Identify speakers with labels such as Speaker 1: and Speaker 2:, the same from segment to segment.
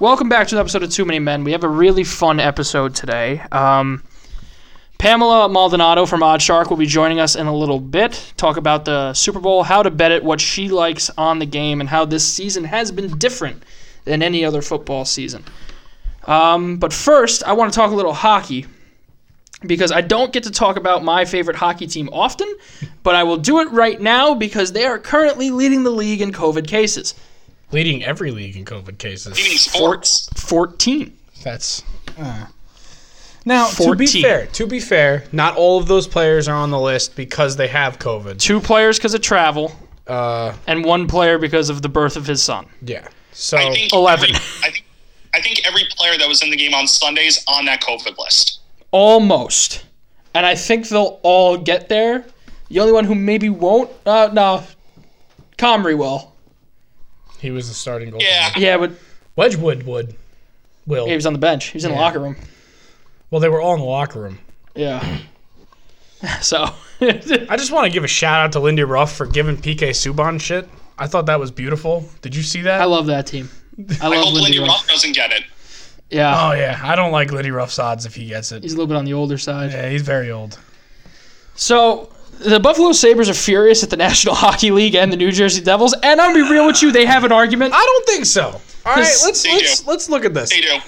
Speaker 1: Welcome back to an episode of Too Many Men. We have a really fun episode today. Um, Pamela Maldonado from Odd Shark will be joining us in a little bit. Talk about the Super Bowl, how to bet it, what she likes on the game, and how this season has been different than any other football season. Um, but first, I want to talk a little hockey because I don't get to talk about my favorite hockey team often, but I will do it right now because they are currently leading the league in COVID cases.
Speaker 2: Leading every league in COVID
Speaker 3: Eating
Speaker 2: cases.
Speaker 3: sports.
Speaker 1: 14.
Speaker 2: That's
Speaker 4: Now,
Speaker 2: to be
Speaker 1: 14.
Speaker 2: fair. To be fair, not all of those players are on the list because they have COVID.
Speaker 1: Two players because of travel,
Speaker 2: Uh,
Speaker 1: and one player because of the birth of his son.
Speaker 2: yeah. So
Speaker 3: I think
Speaker 1: 11.
Speaker 3: every- I think, I think every player that was in the game on Sundays on that COVID list.
Speaker 1: Almost. And I think they'll all get there. The only one who maybe won't, uh, no, Comrie will.
Speaker 2: he was the starting goaltender.
Speaker 3: Yeah.
Speaker 1: Yeah, but
Speaker 2: Wedgwood would. Will.
Speaker 1: he was on the bench. He was in the locker room.
Speaker 2: Well, they were all in the locker room.
Speaker 1: Yeah. So,
Speaker 2: I just want to give a shout out to Lindy Ruff for giving PK Subban shit. I thought that was beautiful. Did you see that?
Speaker 1: I love that team. I
Speaker 3: I hope
Speaker 1: love Lindy
Speaker 3: Lindy
Speaker 1: Ruff.
Speaker 3: Ruff doesn't get it.
Speaker 1: Yeah,
Speaker 2: oh yeah, I don't like Lindy Ruff's odds if he gets it.
Speaker 1: he's a little bit on the older side.
Speaker 2: Yeah, he's very old.
Speaker 1: So the Buffalo Sabres are furious at the National Hockey League and the New Jersey Devils, and I'll be real with you, they have an argument.
Speaker 2: I don't think so. All right,
Speaker 1: Yes,
Speaker 2: let's
Speaker 3: they
Speaker 2: let's
Speaker 3: do.
Speaker 2: let's look at this.
Speaker 3: They do.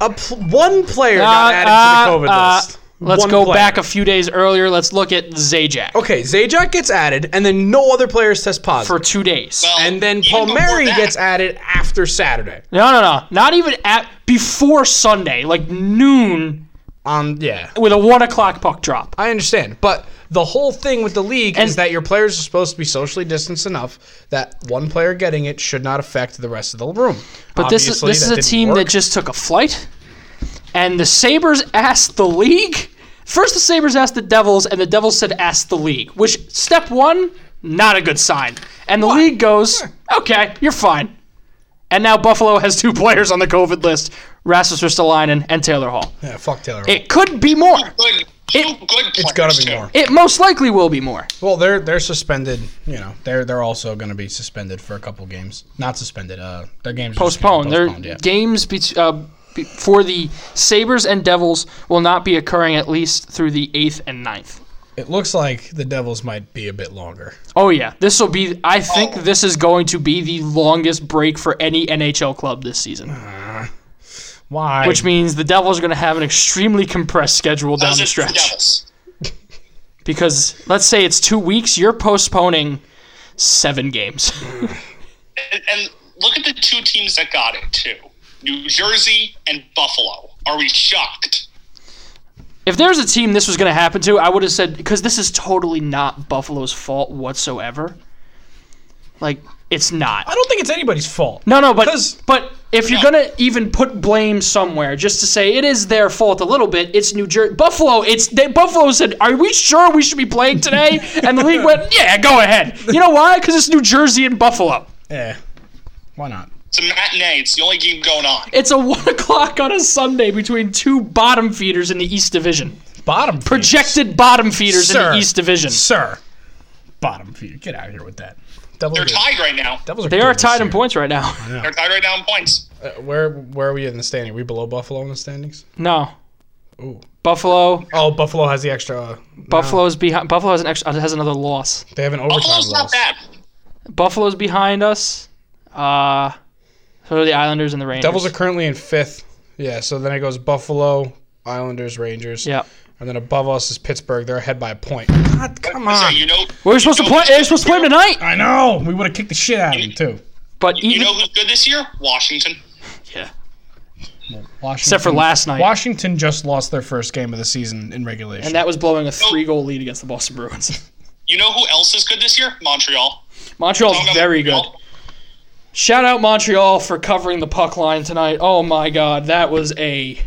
Speaker 2: A pl- one player
Speaker 1: Uh,
Speaker 2: got added
Speaker 1: uh,
Speaker 2: to the COVID
Speaker 1: uh,
Speaker 2: list.
Speaker 1: Let's
Speaker 2: One
Speaker 1: go
Speaker 2: player.
Speaker 1: back a few days earlier. Let's look at Zajac
Speaker 2: Okay, Zajac gets added, and then no other players test
Speaker 1: for
Speaker 2: positive.
Speaker 1: two days.
Speaker 3: Well,
Speaker 2: and then
Speaker 3: even before
Speaker 2: Palmieri
Speaker 3: that-
Speaker 2: gets added after Saturday.
Speaker 1: no, no, no, not even at before Sunday, like noon
Speaker 2: Um, yeah,
Speaker 1: with a one o'clock puck drop.
Speaker 2: I understand, but the whole thing with the league
Speaker 1: And-
Speaker 2: is that your players are supposed to be socially distanced enough that one player getting it should not affect the rest of the room.
Speaker 1: But this is
Speaker 2: Obviously,
Speaker 1: this is
Speaker 2: that
Speaker 1: a
Speaker 2: didn't
Speaker 1: team
Speaker 2: work.
Speaker 1: that just took a flight, and the Sabers asked the league. First, the Sabers asked the Devils, and the Devils said, "Ask the league." Which step one, not a good sign. And the league goes, "Okay, you're fine." And now Buffalo has two players on the COVID list: Rasmus Ristolainen and Taylor Hall.
Speaker 2: yeah, fuck Taylor. Hall.
Speaker 1: It could be more.
Speaker 3: Good, two good players
Speaker 2: it's gotta be
Speaker 3: too.
Speaker 2: more.
Speaker 1: It most likely will be more.
Speaker 2: Well, they're they're suspended. You know, they're they're also going to be suspended for a couple games. Not suspended. Uh, their games are just gonna
Speaker 1: Postponed.
Speaker 2: be
Speaker 1: Their
Speaker 2: postponed, yeah.
Speaker 1: games bet- uh, be- for the Sabers and Devils will not be occurring at least through the eighth and 9th.
Speaker 2: It looks like the Devils might be a bit longer.
Speaker 1: Oh yeah, this will be. I think
Speaker 3: Oh.
Speaker 1: this is going to be the longest break for any NHL club this season,
Speaker 2: Why?
Speaker 1: which means the Devils are going to have an extremely compressed schedule down
Speaker 3: Those
Speaker 1: the
Speaker 3: are the
Speaker 1: stretch.
Speaker 3: Devils.
Speaker 1: Because let's say it's two weeks, you're postponing seven games.
Speaker 3: And, and look at the two teams that got it too: New Jersey and Buffalo. Are we shocked?
Speaker 1: if there's a team this was going to happen to, I would have said because this is totally not Buffalo's fault whatsoever. Like it's not.
Speaker 2: I don't think it's anybody's fault.
Speaker 1: No, no, but
Speaker 2: 'Cause-
Speaker 1: but if you're
Speaker 3: Yeah.
Speaker 1: gonna even put blame somewhere, just to say it is their fault a little bit, it's New Jersey, Buffalo. It's they, Buffalo said, "Are we sure we should be playing today?" and the league went, "Yeah, go ahead." You know why? Because it's New Jersey and Buffalo.
Speaker 2: Yeah. Why not?
Speaker 3: It's a matinee. It's the only game going on.
Speaker 1: It's a one o'clock on a Sunday between two bottom feeders in the East Division,
Speaker 2: Bottom feeder.
Speaker 1: projected bottom feeders in
Speaker 2: Sir.
Speaker 1: the East Division.
Speaker 2: sir. Bottom feeder. Get out of here with that. Devils
Speaker 3: They're
Speaker 2: are-
Speaker 3: tied right now.
Speaker 2: Devils
Speaker 1: They
Speaker 2: good
Speaker 1: are
Speaker 2: this
Speaker 1: tied in
Speaker 2: year.
Speaker 1: points right now.
Speaker 3: They're tied right now in points.
Speaker 2: Uh, where where are we in the standing? Are we below Buffalo in the standings?
Speaker 1: No,
Speaker 2: Ooh.
Speaker 1: Buffalo.
Speaker 2: Oh, Buffalo has the extra. Uh,
Speaker 1: Buffalo's behind. Buffalo has an extra, has another loss.
Speaker 2: they have an overtime
Speaker 3: Buffalo's not
Speaker 2: loss.
Speaker 3: bad.
Speaker 1: Buffalo's behind us. Uh, so are the Islanders and the Rangers.
Speaker 2: Devils are currently in fifth. Yeah, so then it goes Buffalo, Islanders, Rangers.
Speaker 1: Yeah.
Speaker 2: And then above us is Pittsburgh. They're ahead by a point. God, come
Speaker 3: So
Speaker 2: on.
Speaker 3: you know,
Speaker 1: We were supposed to play. They were supposed to play them tonight.
Speaker 2: I know. We would have kicked the shit out of them, too.
Speaker 1: But
Speaker 3: you
Speaker 1: even
Speaker 3: know who's good this year? Washington.
Speaker 1: yeah.
Speaker 2: Washington,
Speaker 1: except for last night,
Speaker 2: Washington just lost their first game of the season in regulation.
Speaker 1: and that was blowing a three-goal lead against the Boston Bruins.
Speaker 3: You know who else is good this year? Montreal. Talking
Speaker 1: Montreal's
Speaker 3: about
Speaker 1: very good.
Speaker 3: Montreal,
Speaker 1: Shout out Montreal for covering the puck line tonight. Oh my God, that was a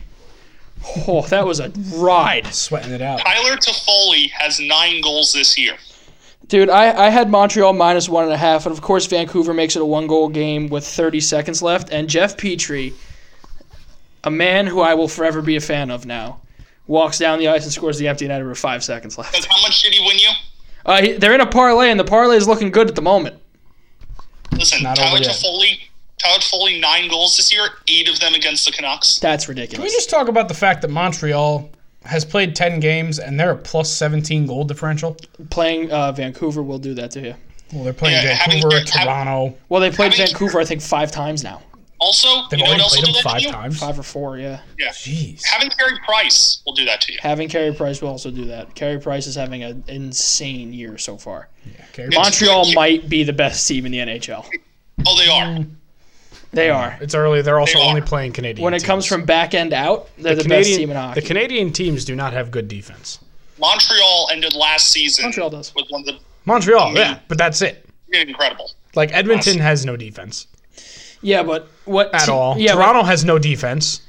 Speaker 1: oh that was a ride,
Speaker 2: sweating it out.
Speaker 3: Tyler Toffoli has nine goals this year.
Speaker 1: dude. I I had Montreal minus one and a half, and of course Vancouver makes it a one-goal game with 30 seconds left, and Jeff Petrie, a man who I will forever be a fan of now. Walks down the ice and scores the empty netter with five seconds left.
Speaker 3: Because how much did he win you?
Speaker 1: Uh, he- they're in a parlay, and the parlay is looking good at the moment.
Speaker 3: Listen,
Speaker 2: Not
Speaker 3: Tyler
Speaker 2: over yet.
Speaker 3: Toffoli. Tyler Foley nine goals this year, eight of them against the Canucks.
Speaker 1: That's
Speaker 2: Can we
Speaker 1: ridiculous.
Speaker 2: just talk about the fact that Montreal has played 10 games and they're a plus 17 goal differential?
Speaker 1: Playing uh, Vancouver will do that to you.
Speaker 2: Well, they're playing
Speaker 3: Yeah, having-
Speaker 2: Vancouver,
Speaker 3: having-
Speaker 2: Toronto.
Speaker 1: Well, they played
Speaker 3: How many-
Speaker 1: Vancouver, I think, five times now.
Speaker 3: Also,
Speaker 2: They've
Speaker 3: you know what
Speaker 2: already
Speaker 3: else will
Speaker 2: played
Speaker 3: do
Speaker 2: them
Speaker 3: that
Speaker 2: five
Speaker 3: to you?
Speaker 2: times.
Speaker 1: Five or four, yeah.
Speaker 3: Yeah.
Speaker 2: Jeez.
Speaker 3: Having Carey Price will do that to you.
Speaker 1: Having Carey Price will also do that. Carey Price is having an insane year so far.
Speaker 2: Okay.
Speaker 1: Montreal might be the best team in the NHL.
Speaker 3: Oh, they are.
Speaker 2: Mm.
Speaker 1: They are.
Speaker 2: It's early. They're also
Speaker 3: They are.
Speaker 2: only playing Canadian.
Speaker 1: When it
Speaker 2: teams.
Speaker 1: comes from back end out, they're the, best
Speaker 2: Canadian,
Speaker 1: team in hockey.
Speaker 2: the Canadian teams do not have good defense.
Speaker 3: Montreal ended last season.
Speaker 1: Montreal does.
Speaker 3: With one of the
Speaker 2: Montreal,
Speaker 3: Yeah.
Speaker 2: yeah, but that's it.
Speaker 3: incredible.
Speaker 2: Like Edmonton has no defense
Speaker 1: yeah, but what
Speaker 2: at
Speaker 1: te-
Speaker 2: all.
Speaker 1: Yeah, but-
Speaker 2: Toronto has no defense.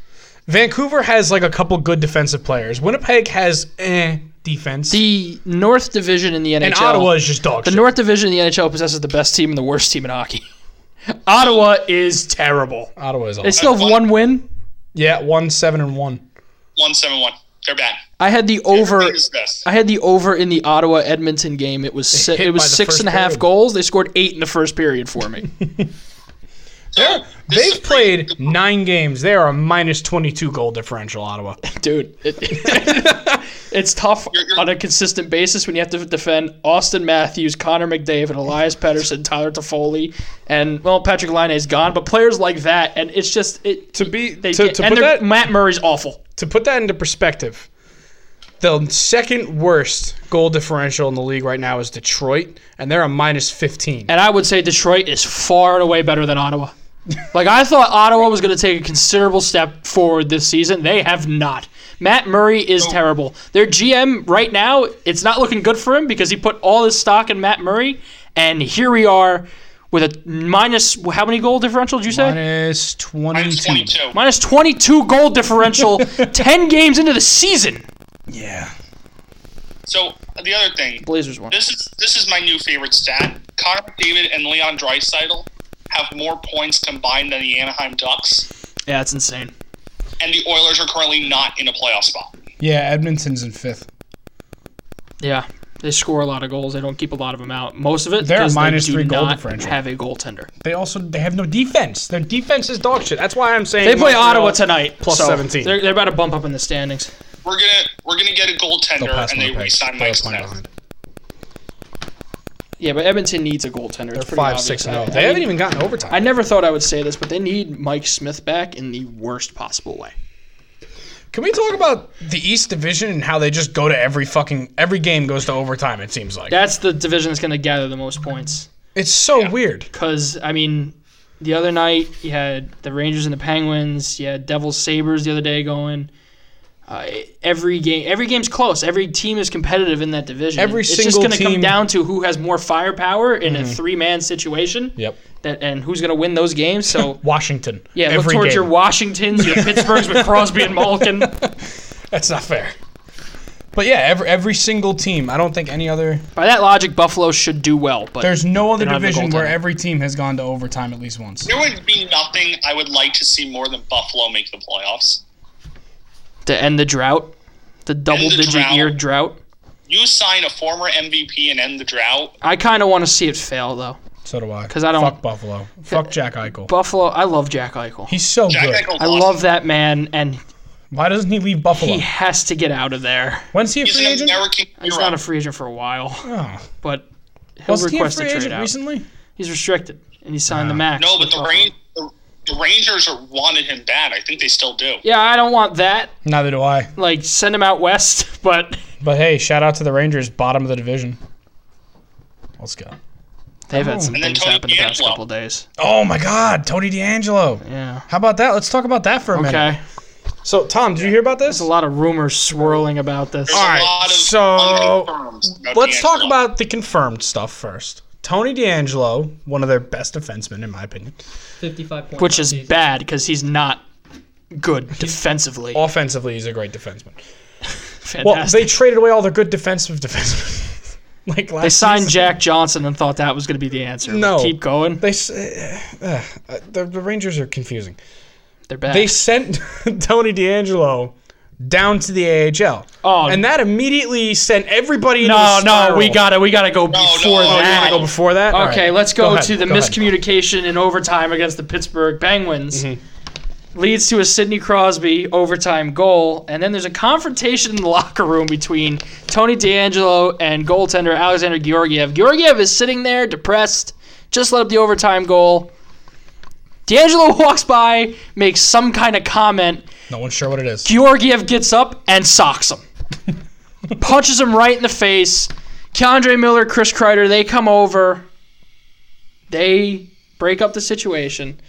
Speaker 2: Vancouver has like a couple good defensive players. Winnipeg has eh defense.
Speaker 1: the North Division in the NHL.
Speaker 2: and Ottawa is just dog
Speaker 1: the
Speaker 2: shit.
Speaker 1: North Division in the NHL possesses the best team and the worst team in hockey. Ottawa is terrible.
Speaker 2: Ottawa is all.
Speaker 1: They still have one win.
Speaker 2: Yeah, one seven and one.
Speaker 3: One seven one. They're bad.
Speaker 1: I had the over.
Speaker 3: Who's this?
Speaker 1: I had the over in the Ottawa Edmonton game. It was si-
Speaker 2: hit
Speaker 1: it was
Speaker 2: by the
Speaker 1: six
Speaker 2: first
Speaker 1: and a half
Speaker 2: period.
Speaker 1: goals. They scored eight in the first period for me.
Speaker 3: So, this is
Speaker 2: They've played nine games. They are a minus twenty-two goal differential. Ottawa.
Speaker 1: Dude, it, it's tough
Speaker 3: You're- you're-
Speaker 1: on a consistent basis when you have to defend Austin Matthews, Connor McDavid, Elias Pettersson, Tyler Toffoli, and well, Patrick Line is gone. But players like that, and it's just it.
Speaker 2: To be
Speaker 1: they
Speaker 2: to,
Speaker 1: get-
Speaker 2: to
Speaker 1: and
Speaker 2: put
Speaker 1: they're-
Speaker 2: that
Speaker 1: Matt Murray's awful.
Speaker 2: to put that into perspective, the second worst goal differential in the league right now is Detroit, and they're a minus 15.
Speaker 1: And I would say Detroit is far and away better than Ottawa. like I thought Ottawa was going to take a considerable step forward this season. They have not. Matt Murray is terrible. Their GM right now, it's not looking good for him because he put all his stock in Matt Murray, and here we are with a minus how many goal differential did you say?
Speaker 2: Minus 22.
Speaker 3: Minus twenty two.
Speaker 1: Minus 22 goal differential 10 games into the season.
Speaker 2: Yeah.
Speaker 3: So the other thing,
Speaker 1: Blazers won.
Speaker 3: this is this is my new favorite stat. Connor McDavid and Leon Draisaitl have more points combined than the Anaheim Ducks,
Speaker 1: Yeah, it's insane.
Speaker 3: and the Oilers are currently not in a playoff spot.
Speaker 2: Yeah, Edmonton's in fifth.
Speaker 1: Yeah. They score a lot of goals. They don't keep a lot of them out. Most of it
Speaker 2: They're a
Speaker 1: because they
Speaker 2: minus
Speaker 1: do
Speaker 2: three goal
Speaker 1: not
Speaker 2: differential.
Speaker 1: Have a goaltender.
Speaker 2: They also they have no defense. Their defense is dog shit. That's why I'm saying
Speaker 1: They play
Speaker 2: Montreal-
Speaker 1: Ottawa tonight.
Speaker 2: plus 17.
Speaker 1: They're, they're about to bump up in the standings.
Speaker 3: We're gonna we're gonna get a
Speaker 2: They'll
Speaker 3: goaltender,
Speaker 2: pass
Speaker 3: and they
Speaker 2: Winnipeg.
Speaker 3: re-sign
Speaker 2: They're
Speaker 3: Mike
Speaker 2: playing
Speaker 3: Smith.
Speaker 2: behind.
Speaker 1: Yeah, but Edmonton needs a goaltender.
Speaker 2: They're five, six, and oh. They haven't even gotten overtime.
Speaker 1: I never thought I would say this, but they need Mike Smith back in the worst possible way.
Speaker 2: Can we talk about the East Division and how they just go to every fucking every game goes to overtime? It seems like
Speaker 1: That's the division that's going to gather the most points.
Speaker 2: it's so weird.
Speaker 1: Because, I mean, the other night you had the Rangers and the Penguins. You had Devils Sabres the other day going. Uh, every game, every game's close. Every team is competitive in that division.
Speaker 2: Every
Speaker 1: it's just
Speaker 2: single
Speaker 1: gonna come
Speaker 2: team- Mm-hmm.
Speaker 1: down to who has more firepower in a three-man situation.
Speaker 2: Yep.
Speaker 1: That and who's going to win those games. So
Speaker 2: Washington.
Speaker 1: Yeah,
Speaker 2: every
Speaker 1: look towards
Speaker 2: game.
Speaker 1: your Washingtons, your Pittsburghs with Crosby and Malkin.
Speaker 2: That's not fair. But yeah, every every single team. I don't think any other.
Speaker 1: By that logic, Buffalo should do well, but
Speaker 2: There's no other
Speaker 1: don't have a
Speaker 2: division where
Speaker 1: goaltender.
Speaker 2: every team has gone to overtime at least once.
Speaker 3: There would be nothing I would like to see more than Buffalo make the playoffs.
Speaker 1: to end the drought, the double-digit
Speaker 3: drought.
Speaker 1: year drought.
Speaker 3: You sign a former MVP and end the drought.
Speaker 1: I kind of want to see it fail though.
Speaker 2: So do I.
Speaker 1: 'Cause I don't-
Speaker 2: Fuck Buffalo. Fuck Jack Eichel.
Speaker 1: Buffalo, I love Jack Eichel.
Speaker 2: He's so
Speaker 3: Jack
Speaker 2: good.
Speaker 3: Eichel
Speaker 1: I
Speaker 3: lost.
Speaker 1: love that man, and
Speaker 2: Why doesn't he leave Buffalo?
Speaker 1: he has to get out of there.
Speaker 2: When's he a
Speaker 3: He's
Speaker 2: free
Speaker 3: an
Speaker 2: agent?
Speaker 3: American
Speaker 1: He's
Speaker 3: hero.
Speaker 1: not a free agent for a while,
Speaker 2: Oh.
Speaker 1: but he'll
Speaker 2: Wasn't he a
Speaker 1: request
Speaker 2: free
Speaker 1: a trade
Speaker 2: agent
Speaker 1: out.
Speaker 2: recently?
Speaker 1: He's restricted, and he signed the
Speaker 2: Nah.
Speaker 1: max.
Speaker 3: no, but
Speaker 1: with
Speaker 3: the,
Speaker 1: Buffalo.
Speaker 3: Ran- the, the Rangers are, wanted him bad. I think they still do.
Speaker 1: Yeah, I don't want that.
Speaker 2: Neither do I.
Speaker 1: Like, send him out west, but
Speaker 2: But hey, shout out to the Rangers, bottom of the division. Let's go.
Speaker 1: they've had some
Speaker 3: Oh. And then
Speaker 1: things
Speaker 3: Tony
Speaker 1: happen the past
Speaker 3: D'Angelo.
Speaker 1: couple days.
Speaker 2: Oh my God, Tony D'Angelo.
Speaker 1: Yeah.
Speaker 2: How about that? Let's talk about that for a minute.
Speaker 1: Okay.
Speaker 2: So, Tom, did you hear about this?
Speaker 1: a lot of rumors swirling about this.
Speaker 3: There's
Speaker 2: All right,
Speaker 3: a lot of
Speaker 2: so-
Speaker 3: unconfirmed about
Speaker 2: Let's talk
Speaker 3: D'Angelo.
Speaker 2: about the confirmed stuff first. Tony D'Angelo, one of their best defensemen, in my opinion.
Speaker 5: 55 points.
Speaker 1: Which
Speaker 5: on
Speaker 1: is
Speaker 5: season.
Speaker 1: bad because he's not good defensively.
Speaker 2: Offensively, he's a great defenseman. Well,
Speaker 1: Fantastic.
Speaker 2: they traded away all their good defensive defensemen. like last
Speaker 1: they signed
Speaker 2: season.
Speaker 1: Jack Johnson and thought that was going to be the answer.
Speaker 2: No.
Speaker 1: Keep going.
Speaker 2: They s- uh, uh, the, the Rangers are confusing.
Speaker 1: They're bad.
Speaker 2: They sent Tony D'Angelo down to the AHL.
Speaker 1: Oh.
Speaker 2: and that immediately sent everybody.
Speaker 1: No,
Speaker 2: into a
Speaker 1: no, we got to we got to go before
Speaker 3: no,
Speaker 1: that.
Speaker 2: to go before that. All
Speaker 1: Okay,
Speaker 2: right.
Speaker 1: let's go,
Speaker 2: ahead,
Speaker 1: to the
Speaker 2: go ahead.
Speaker 1: miscommunication in overtime against the Pittsburgh Penguins.
Speaker 2: Mm-hmm.
Speaker 1: Leads to a Sidney Crosby overtime goal, and then there's a confrontation in the locker room between Tony D'Angelo and goaltender Alexander Georgiev. Georgiev is sitting there depressed, just let up the overtime goal. D'Angelo walks by, makes some kind of comment.
Speaker 4: No one's sure what it is.
Speaker 1: Georgiev gets up and socks him, punches him right in the face. Keandre Miller, Chris Kreider, they come over. They break up the situation.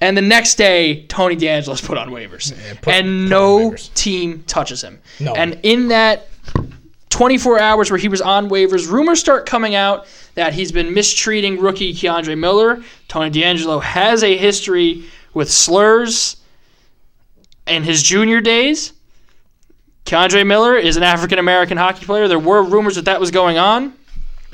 Speaker 1: And the next day, Tony D'Angelo's put on waivers.
Speaker 4: put- put
Speaker 1: and
Speaker 4: on
Speaker 1: no
Speaker 4: waivers.
Speaker 1: team touches him.
Speaker 4: No.
Speaker 1: And in that 24 hours where he was on waivers, rumors start coming out that he's been mistreating rookie Keandre Miller. Tony D'Angelo has a history with slurs in his junior days. Keandre Miller is an African American hockey player. There were rumors that that was going on.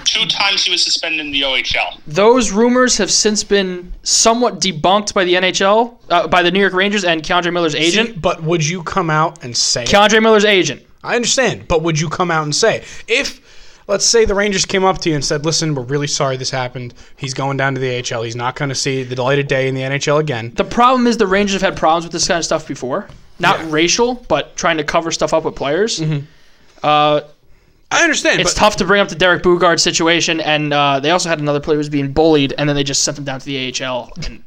Speaker 3: Two times he was suspended in the OHL.
Speaker 1: Those rumors have since been somewhat debunked by the NHL, uh, by the New York Rangers and Keandre Miller's agent.
Speaker 2: But would you come out and say? it?
Speaker 1: Keandre Miller's agent.
Speaker 2: I understand, but would you come out and say it? if, let's say, the Rangers came up to you and said, "Listen, we're really sorry this happened. He's going down to the AHL. He's not going to see the light of day in the NHL again."
Speaker 1: The problem is the Rangers have had problems with this kind of stuff before. Not racial, but trying to cover stuff up with players.
Speaker 3: Mm-hmm.
Speaker 1: Uh,
Speaker 2: I understand.
Speaker 1: it's
Speaker 2: but
Speaker 1: tough to bring up the Derek Bugard situation, and uh, they also had another player who was being bullied, and then they just sent him down to the AHL, and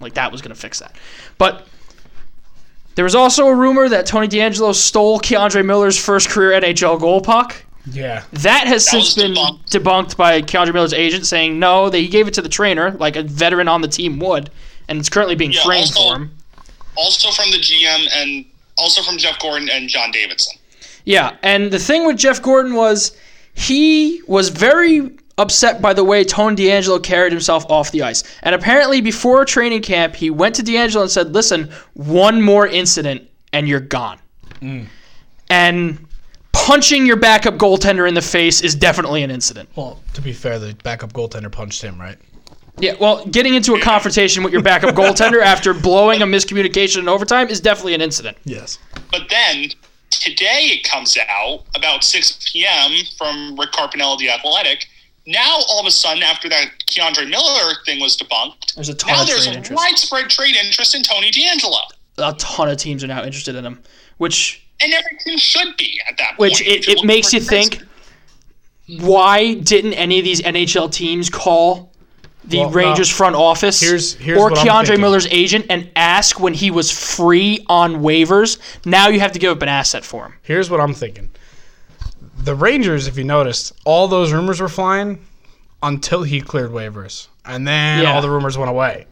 Speaker 1: like that was going to fix that. But there was also a rumor that Tony D'Angelo stole Keandre Miller's first career NHL goal puck.
Speaker 4: Yeah.
Speaker 1: That has
Speaker 3: was
Speaker 1: since been
Speaker 3: debunked.
Speaker 1: debunked by Keandre Miller's agent, saying no, that he gave it to the trainer, like a veteran on the team would, and it's currently being
Speaker 3: Yeah,
Speaker 1: framed
Speaker 3: also-
Speaker 1: for him.
Speaker 3: Also from the GM and also from Jeff Gordon and John Davidson.
Speaker 1: Yeah, and the thing with Jeff Gordon was he was very upset by the way Tony D'Angelo carried himself off the ice. And apparently, before training camp, he went to D'Angelo and said, "Listen, one more incident and you're gone." And punching your backup goaltender in the face is definitely an incident.
Speaker 4: Well, to be fair, the backup goaltender punched him, right?
Speaker 1: Yeah, well, getting into a confrontation with your backup goaltender after blowing a miscommunication in overtime is definitely an incident.
Speaker 4: Yes.
Speaker 3: But then today it comes out about 6 p.m. from Rick Carpinelli, the Athletic. Now all of a sudden, after that Keandre Miller thing was debunked,
Speaker 1: There's a ton
Speaker 3: now
Speaker 1: of
Speaker 3: there's
Speaker 1: trade interest.
Speaker 3: widespread trade interest in Tony D'Angelo,
Speaker 1: A ton of teams are now interested in him, which
Speaker 3: and everything should be at that
Speaker 1: which
Speaker 3: point.
Speaker 1: it,
Speaker 3: If you
Speaker 1: it
Speaker 3: look
Speaker 1: makes
Speaker 3: for
Speaker 1: you think why didn't any of these NHL teams call the
Speaker 2: Well, no.
Speaker 1: Rangers front office
Speaker 2: Here's- here's
Speaker 1: or
Speaker 2: what I'm
Speaker 1: Keandre
Speaker 2: thinking.
Speaker 1: Miller's agent and ask when he was free on waivers? Now you have to give up an asset for him.
Speaker 2: here's what I'm thinking: the Rangers, if you noticed, all those rumors were flying until he cleared waivers, and then
Speaker 1: Yeah.
Speaker 2: all the rumors went away.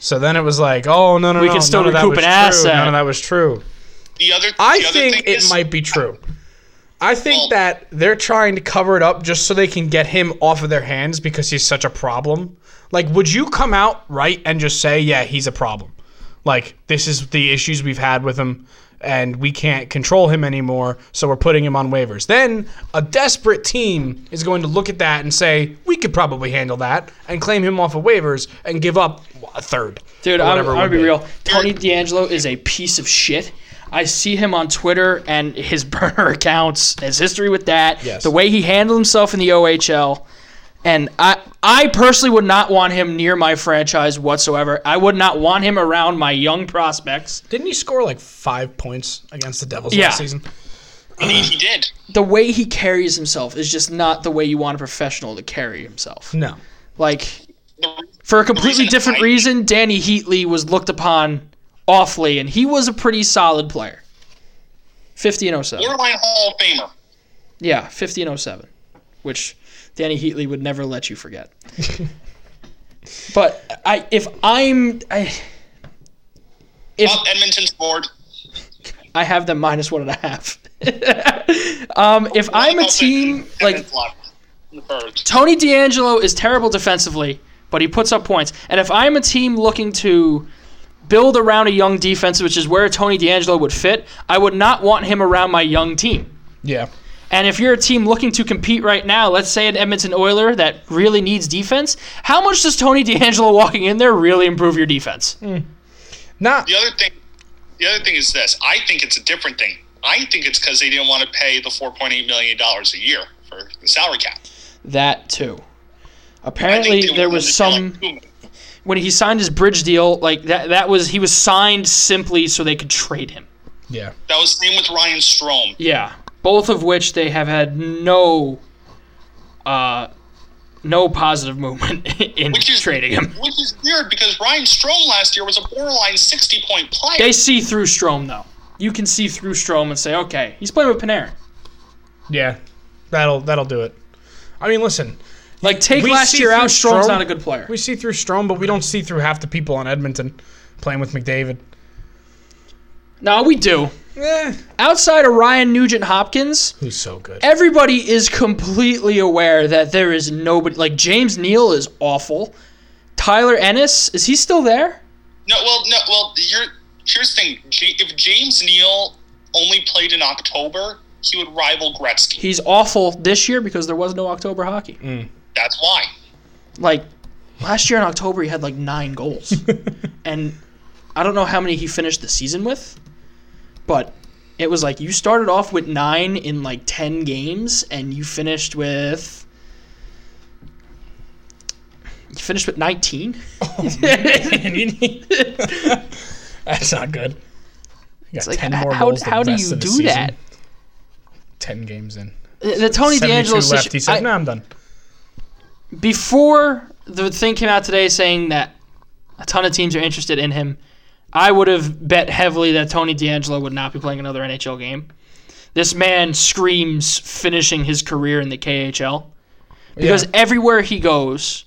Speaker 2: So then it was like, "Oh no, no,
Speaker 1: We
Speaker 2: no,
Speaker 1: can still
Speaker 2: none of that
Speaker 1: recoup an
Speaker 2: was true.
Speaker 1: asset.
Speaker 2: None of that was true."
Speaker 3: The other,
Speaker 2: I
Speaker 3: the other
Speaker 2: think
Speaker 3: thing
Speaker 2: it
Speaker 3: is-
Speaker 2: might be true. I think
Speaker 3: Well-
Speaker 2: that they're trying to cover it up just so they can get him off of their hands because he's such a problem. Like, would you come out right and just say, "Yeah, he's a problem. Like, this is the issues we've had with him, and we can't control him anymore, so we're putting him on waivers." Then a desperate team is going to look at that and say, "We could probably handle that," and claim him off of waivers and give up a third.
Speaker 1: Dude,
Speaker 2: or
Speaker 1: I'm, I'm
Speaker 2: whatever it
Speaker 1: gonna
Speaker 2: would
Speaker 1: be real. Tony D'Angelo is a piece of shit. I see him on Twitter and his burner accounts, his history with that,
Speaker 4: Yes.
Speaker 1: the way he handled himself in the OHL, and I, I personally would not want him near my franchise whatsoever. I would not want him around my young prospects.
Speaker 2: Didn't he score like five points against the Devils
Speaker 1: Yeah.
Speaker 2: last season?
Speaker 3: he, he did.
Speaker 1: The way he carries himself is just not the way you want a professional to carry himself.
Speaker 2: No.
Speaker 1: Like
Speaker 3: The-
Speaker 1: for a completely
Speaker 3: reason I-
Speaker 1: different reason, Danny Heatley was looked upon awfully, and he was a pretty solid player. 50 and 07.
Speaker 3: borderline Hall of Famer.
Speaker 1: Yeah, 50 and 07, which Danny Heatley would never let you forget. but I, if I'm, I, if
Speaker 3: Up Edmonton's board.
Speaker 1: I have them minus one and a half. um, if I'm a team like
Speaker 3: the birds.
Speaker 1: Tony D'Angelo is terrible defensively, but he puts up points. And if I'm a team looking to build around a young defense, which is where Tony D'Angelo would fit, I would not want him around my young team.
Speaker 2: Yeah.
Speaker 1: And if you're a team looking to compete right now, let's say an Edmonton Oiler that really needs defense, how much does Tony D'Angelo walking in there really improve your defense?
Speaker 2: Not
Speaker 3: The other thing, the other thing is this. I think it's a different thing. I think it's because they didn't want to pay the four point eight million dollars a year for the salary cap.
Speaker 1: That too.
Speaker 3: I think
Speaker 1: Apparently,
Speaker 3: they
Speaker 1: there
Speaker 3: wanted
Speaker 1: was
Speaker 3: to pay,
Speaker 1: some
Speaker 3: like,
Speaker 1: when he signed his bridge deal. Like that, that was he was signed simply so they could trade him.
Speaker 4: Yeah.
Speaker 3: that was the same with Ryan Strom.
Speaker 1: Yeah, both of which they have had no, uh, no positive movement in
Speaker 3: Which is-
Speaker 1: trading him.
Speaker 3: Which is weird because Ryan Strom last year was a borderline sixty point player.
Speaker 1: They see through Strom though. You can see through Strom and say, okay, he's playing with Panarin.
Speaker 2: Yeah, that'll that'll do it. I mean, listen,
Speaker 1: Like take
Speaker 2: We
Speaker 1: last
Speaker 2: see
Speaker 1: year
Speaker 2: through
Speaker 1: out, Strom's
Speaker 2: Strom.
Speaker 1: not a good player.
Speaker 2: we see through Strom, but we don't see through half the people on Edmonton playing with McDavid.
Speaker 1: No, we do.
Speaker 2: Eh,
Speaker 1: Outside of Ryan Nugent Hopkins,
Speaker 4: Who's so good?
Speaker 1: everybody is completely aware that there is nobody. Like James Neal is awful. Tyler Ennis is he still there?
Speaker 3: No, well, no, well. You're, here's the thing: J- if James Neal only played in October, he would rival Gretzky.
Speaker 1: He's awful this year because there was no October hockey.
Speaker 3: That's why.
Speaker 1: Like last year in October, he had like nine goals,
Speaker 4: Eh.
Speaker 1: and I don't know how many he finished the season with, but it was like you started off with nine in like ten games, and you finished with. You finished with 19?
Speaker 4: Oh, That's not good. You got
Speaker 1: It's like,
Speaker 4: ten
Speaker 1: h-
Speaker 4: more
Speaker 1: how,
Speaker 4: goals than
Speaker 1: how do
Speaker 4: best
Speaker 1: you
Speaker 4: of the
Speaker 1: do
Speaker 4: season.
Speaker 1: that?
Speaker 4: Ten games in.
Speaker 1: The the Tony
Speaker 4: Seventy-two
Speaker 1: D'Angelo
Speaker 4: left.
Speaker 1: situ-
Speaker 4: he said,
Speaker 1: I-
Speaker 4: "No, I'm done."
Speaker 1: before the thing came out today saying that a ton of teams are interested in him, I would have bet heavily that Tony D'Angelo would not be playing another NHL game. This man screams finishing his career in the KHL because everywhere he goes,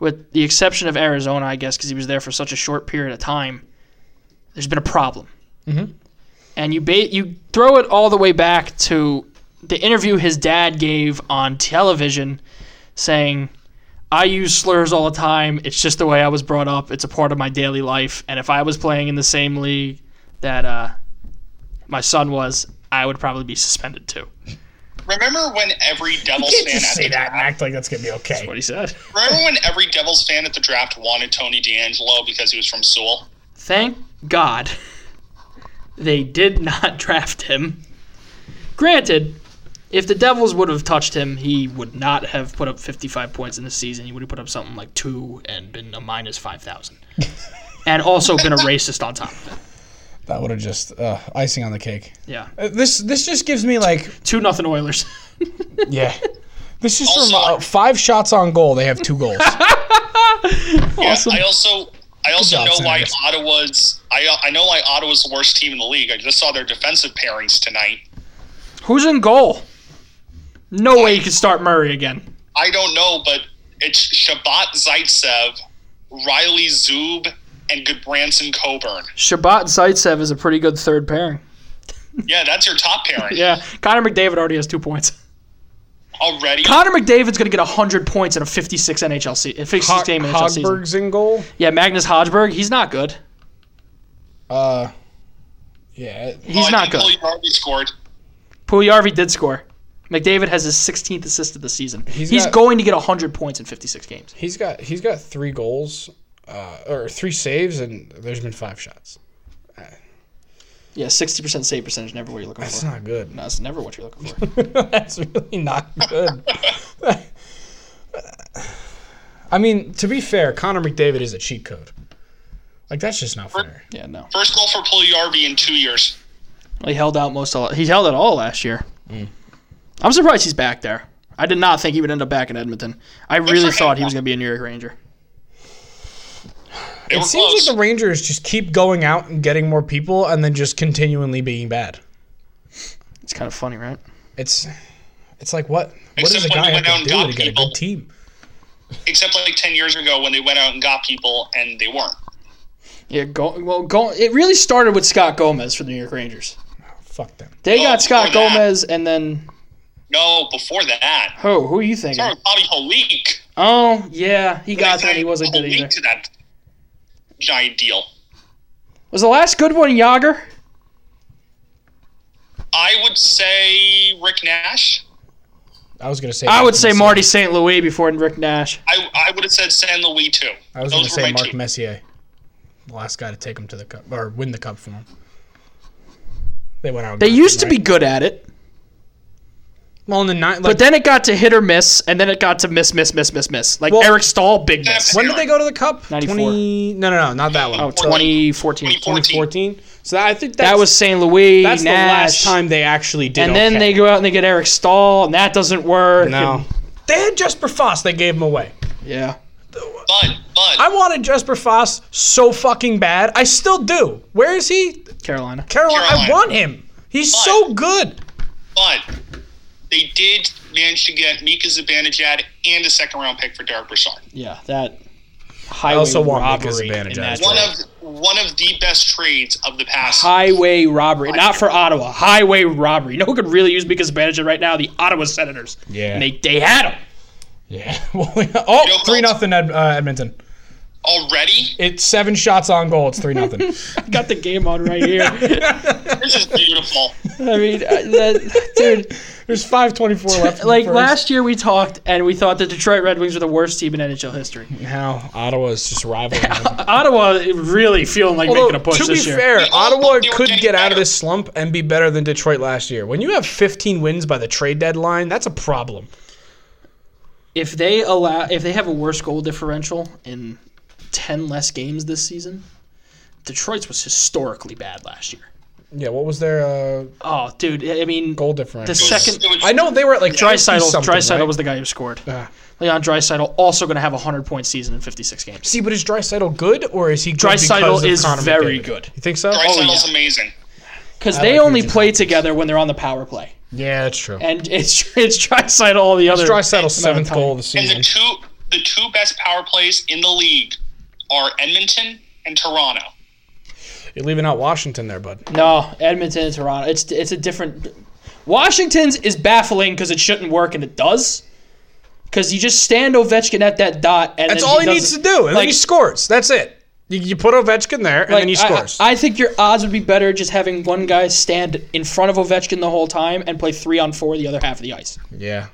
Speaker 1: with the exception of Arizona, I guess, because he was there for such a short period of time, there's been a problem. Mm-hmm. And you ba- you throw it all the way back to the interview his dad gave on television, saying, "I use slurs all the time. It's just the way I was brought up. It's a part of my daily life. And if I was playing in the same league that uh, my son was, I would probably be suspended too."
Speaker 3: Remember when every Devils
Speaker 4: Can't
Speaker 3: fan
Speaker 4: just
Speaker 3: at
Speaker 4: say
Speaker 3: the
Speaker 4: that and act like that's gonna be okay.
Speaker 1: What he said.
Speaker 3: remember when every Devils fan at the draft wanted Tony D'Angelo because he was from Sewell?
Speaker 1: thank God they did not draft him. Granted, if the Devils would have touched him, he would not have put up 55 points in the season. He would have put up something like two and been a minus 5,000. and also been a racist on top of
Speaker 4: That would have just uh, icing on the cake.
Speaker 1: it. Yeah.
Speaker 4: Uh, This this just gives me like
Speaker 1: 2 nothing Oilers.
Speaker 4: yeah. This is
Speaker 3: Also-
Speaker 4: from uh, five shots on goal. They have two goals.
Speaker 3: Yeah,
Speaker 1: Awesome.
Speaker 3: I also I also
Speaker 4: Oh, job,
Speaker 3: know why
Speaker 4: Senators.
Speaker 3: Ottawa's I I know why Ottawa's the worst team in the league. I just saw their defensive pairings tonight.
Speaker 1: Who's in goal? No way you can start Murray again.
Speaker 3: I don't know, but it's Shabbat Zaitsev, Riley Zub, and Goodbranson Coburn.
Speaker 1: Shabbat Zaitsev is a pretty good third pairing.
Speaker 3: Yeah, that's your top pairing
Speaker 1: Yeah. Connor McDavid already has two points.
Speaker 3: already.
Speaker 1: Connor McDavid's going to get 100 points in a 56 NHL se- 56
Speaker 2: Ho-
Speaker 1: game NHL season.
Speaker 2: Hogberg's in goal.
Speaker 1: Yeah, Magnus Hodgeberg, he's not good.
Speaker 4: Uh, yeah.
Speaker 1: He's
Speaker 3: Oh, I
Speaker 1: not
Speaker 3: think
Speaker 1: good.
Speaker 3: Pulley already scored.
Speaker 1: Puliarvi did score. McDavid has his 16th assist of the season. He's,
Speaker 4: got-
Speaker 1: going to get 100 points in 56 games.
Speaker 4: He's got he's got three goals, uh, or three saves, and there's been five shots.
Speaker 1: Yeah, 60% save percentage, never what you're looking
Speaker 4: That's
Speaker 1: for.
Speaker 4: not good.
Speaker 1: No, that's never what you're looking for.
Speaker 4: That's really not good. I mean, to be fair, Connor McDavid is a cheat code. Like that's just not fair.
Speaker 1: yeah, no.
Speaker 3: First goal for Puliarvi in two years.
Speaker 1: Well, He held out most all. He held it all last year. I'm surprised he's back there. I did not think he would end up back in Edmonton. I really
Speaker 3: for him.
Speaker 1: thought he was going to be a New York Ranger.
Speaker 3: They
Speaker 4: It
Speaker 3: were
Speaker 4: seems
Speaker 3: close.
Speaker 4: like the Rangers just keep going out and getting more people, and then just continually being bad.
Speaker 1: It's kind of funny, right?
Speaker 4: It's it's like what what
Speaker 3: Except
Speaker 4: does a
Speaker 3: when
Speaker 4: guy
Speaker 3: you
Speaker 4: have
Speaker 3: went out
Speaker 4: to
Speaker 3: and
Speaker 4: do
Speaker 3: got
Speaker 4: to get a
Speaker 3: people.
Speaker 4: good team?
Speaker 3: Except like ten years ago when they went out and got people and they weren't.
Speaker 1: Yeah, go, well, go, it really started with Scott Gomez for the New York Rangers.
Speaker 4: Fuck them.
Speaker 1: They
Speaker 3: Oh,
Speaker 1: got Scott
Speaker 3: before that.
Speaker 1: Gomez, and then
Speaker 3: No, before that.
Speaker 1: who? Who are you thinking?
Speaker 3: Sorry, Oh, Bobby Holik.
Speaker 1: Oh yeah, he got
Speaker 3: They
Speaker 1: that. and He
Speaker 3: signed
Speaker 1: wasn't good
Speaker 3: Holik
Speaker 1: either.
Speaker 3: to that giant deal.
Speaker 1: Was the last good one Yager?
Speaker 3: I would say Rick Nash.
Speaker 4: I was gonna say.
Speaker 1: I
Speaker 4: Mark
Speaker 1: would say
Speaker 4: Messier.
Speaker 1: Marty St. Louis before Rick Nash.
Speaker 3: I I would have said San Luis too.
Speaker 4: I was
Speaker 3: Those
Speaker 4: gonna
Speaker 3: were
Speaker 4: say
Speaker 3: my
Speaker 4: Mark
Speaker 3: two.
Speaker 4: Messier, the last guy to take him to the cup or win the cup for him.
Speaker 2: They went out. and
Speaker 1: They
Speaker 2: got
Speaker 1: used
Speaker 2: him,
Speaker 1: to be good at it,
Speaker 2: right? well in the nine. Like,
Speaker 1: but then it got to hit or miss, and then it got to miss, miss, miss, miss, miss. Like
Speaker 2: Well-
Speaker 1: Eric Stahl, big miss.
Speaker 3: That's-
Speaker 2: when did they go to the cup?
Speaker 1: 94.
Speaker 2: 20, no, no, no, not that one.
Speaker 1: Oh, 2014.
Speaker 2: 2014. So that, I think that's,
Speaker 1: That was St. Louis.
Speaker 2: that's the
Speaker 1: Nash.
Speaker 2: last time they actually did.
Speaker 1: And then
Speaker 2: okay.
Speaker 1: they go out and they get Eric Stahl, and that doesn't work.
Speaker 2: No.
Speaker 1: and-
Speaker 2: They had Jesper Foss. They gave him away.
Speaker 1: yeah.
Speaker 3: But but
Speaker 2: I wanted Jesper Foss so fucking bad. I still do. Where is he?
Speaker 1: Carolina.
Speaker 2: Carolina. I
Speaker 3: Carolina.
Speaker 2: want him. He's so good.
Speaker 3: but they did manage to get Mika Zibanejad and a second round pick for Derek Broussard.
Speaker 1: Yeah, that. Highway
Speaker 2: also want
Speaker 1: robbery
Speaker 2: Mika's
Speaker 1: in
Speaker 2: advantage,
Speaker 1: that
Speaker 2: actually.
Speaker 3: One
Speaker 1: draft.
Speaker 3: of one of the best trades of the past.
Speaker 1: Highway robbery, not for Ottawa. Highway robbery. You know who could really use Mika's advantage right now? The Ottawa Senators.
Speaker 2: Yeah.
Speaker 1: And they, they had him.
Speaker 2: Yeah. Well, yeah. oh,
Speaker 3: Joe
Speaker 2: three
Speaker 3: Colts.
Speaker 2: nothing Ed, uh, Edmonton.
Speaker 3: Already,
Speaker 2: It's seven shots on goal. It's three nothing.
Speaker 1: Got the game on right here.
Speaker 3: this is beautiful.
Speaker 1: I mean, uh, that, dude,
Speaker 2: There's five twenty four left. in the
Speaker 1: like
Speaker 2: first.
Speaker 1: last year we talked and we thought the Detroit Red Wings were the worst team in NHL history.
Speaker 2: now Ottawa is just rivaling. them.
Speaker 1: Ottawa really feeling like
Speaker 2: Although,
Speaker 1: making a push
Speaker 2: to be
Speaker 1: this year.
Speaker 2: fair,
Speaker 3: They all
Speaker 2: Ottawa
Speaker 3: thought they were
Speaker 2: could
Speaker 3: getting
Speaker 2: get out of
Speaker 3: better.
Speaker 2: this slump and be better than Detroit last year. When you have 15 wins by the trade deadline, that's a problem.
Speaker 1: if they allow if they have a worse goal differential in 10 less games this season detroit's was historically bad last year
Speaker 2: Yeah, what was their uh,
Speaker 1: oh dude i I mean
Speaker 2: goal
Speaker 1: the
Speaker 2: differential?
Speaker 1: second
Speaker 3: It was-
Speaker 2: I know they were at like
Speaker 1: Dreisaitl,
Speaker 2: 50 something,
Speaker 1: Dreisaitl
Speaker 2: right?
Speaker 1: was the guy who scored.
Speaker 2: Ah.
Speaker 1: Leon Dreisaitl also going to have a hundred point season in fifty six games.
Speaker 2: See, but is Dreisaitl good or is he? good
Speaker 1: Dreisaitl
Speaker 2: because of
Speaker 1: is
Speaker 2: Connor
Speaker 1: very
Speaker 2: McDavid?
Speaker 1: good.
Speaker 2: You think so?
Speaker 1: oh,
Speaker 3: Dreisaitl's amazing.
Speaker 1: Because they
Speaker 2: like
Speaker 1: only
Speaker 2: Eugene
Speaker 1: play together when they're on the power play,
Speaker 2: Yeah, that's true.
Speaker 1: and it's it's Dreisaitl all the other.
Speaker 2: Dreisaitl's seventh
Speaker 1: time.
Speaker 2: goal of the
Speaker 3: And
Speaker 2: season.
Speaker 3: the two the two best power plays in the league are Edmonton and Toronto.
Speaker 2: You're leaving out Washington there, bud.
Speaker 1: No, Edmonton and Toronto. It's it's a different. Washington's is baffling because it shouldn't work and it does. Because you just stand Ovechkin at that dot and
Speaker 2: That's
Speaker 1: then
Speaker 2: all
Speaker 1: he
Speaker 2: he needs to
Speaker 1: doesn't-
Speaker 2: do, and then
Speaker 1: like-
Speaker 2: he scores. That's it. You, you put Ovechkin there, and
Speaker 1: Like,
Speaker 2: then he
Speaker 1: I-
Speaker 2: scores.
Speaker 1: I, I think your odds would be better just having one guy stand in front of Ovechkin the whole time and play three on four the other half of the ice.
Speaker 2: yeah,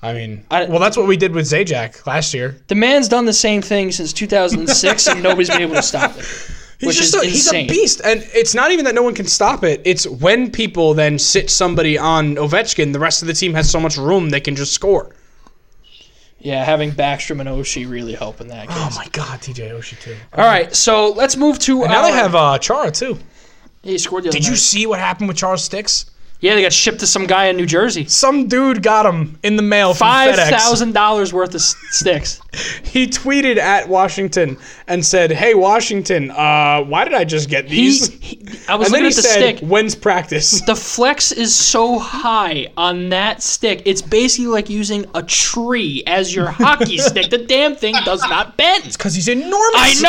Speaker 2: I mean,
Speaker 1: I-
Speaker 2: well, that's what we did with Zajac last year.
Speaker 1: The man's done the same thing since 2006 and nobody's been able to stop it.
Speaker 2: He's
Speaker 1: which
Speaker 2: just
Speaker 1: is
Speaker 2: a, he's a
Speaker 1: insane.
Speaker 2: beast, and it's not even that no one can stop it. It's when people then sit somebody on Ovechkin, the rest of the team has so much room they can just score.
Speaker 1: Yeah, having Backstrom and Oshie really helping that. Case.
Speaker 2: Oh my God, TJ Oshie too.
Speaker 1: all right, so let's move to.
Speaker 2: Now
Speaker 1: our-
Speaker 2: they have uh, Chara too.
Speaker 1: He scored the other
Speaker 2: Did you
Speaker 1: night.
Speaker 2: see what happened with Charles Sticks?
Speaker 1: Yeah, they got shipped to some guy in New Jersey.
Speaker 2: Some dude got him in the mail. from
Speaker 1: Five
Speaker 2: FedEx.
Speaker 1: thousand dollars worth of s- sticks.
Speaker 2: He tweeted at Washington and said, "Hey Washington, uh, why did I just get
Speaker 1: He,
Speaker 2: these?"
Speaker 1: he- I was
Speaker 2: and
Speaker 1: looking
Speaker 2: then he
Speaker 1: at the
Speaker 2: said,
Speaker 1: stick.
Speaker 2: "When's practice?"
Speaker 1: The flex is so high on that stick. It's basically like using a tree as your hockey stick. The damn thing does not bend.
Speaker 2: Because he's enormous.
Speaker 1: I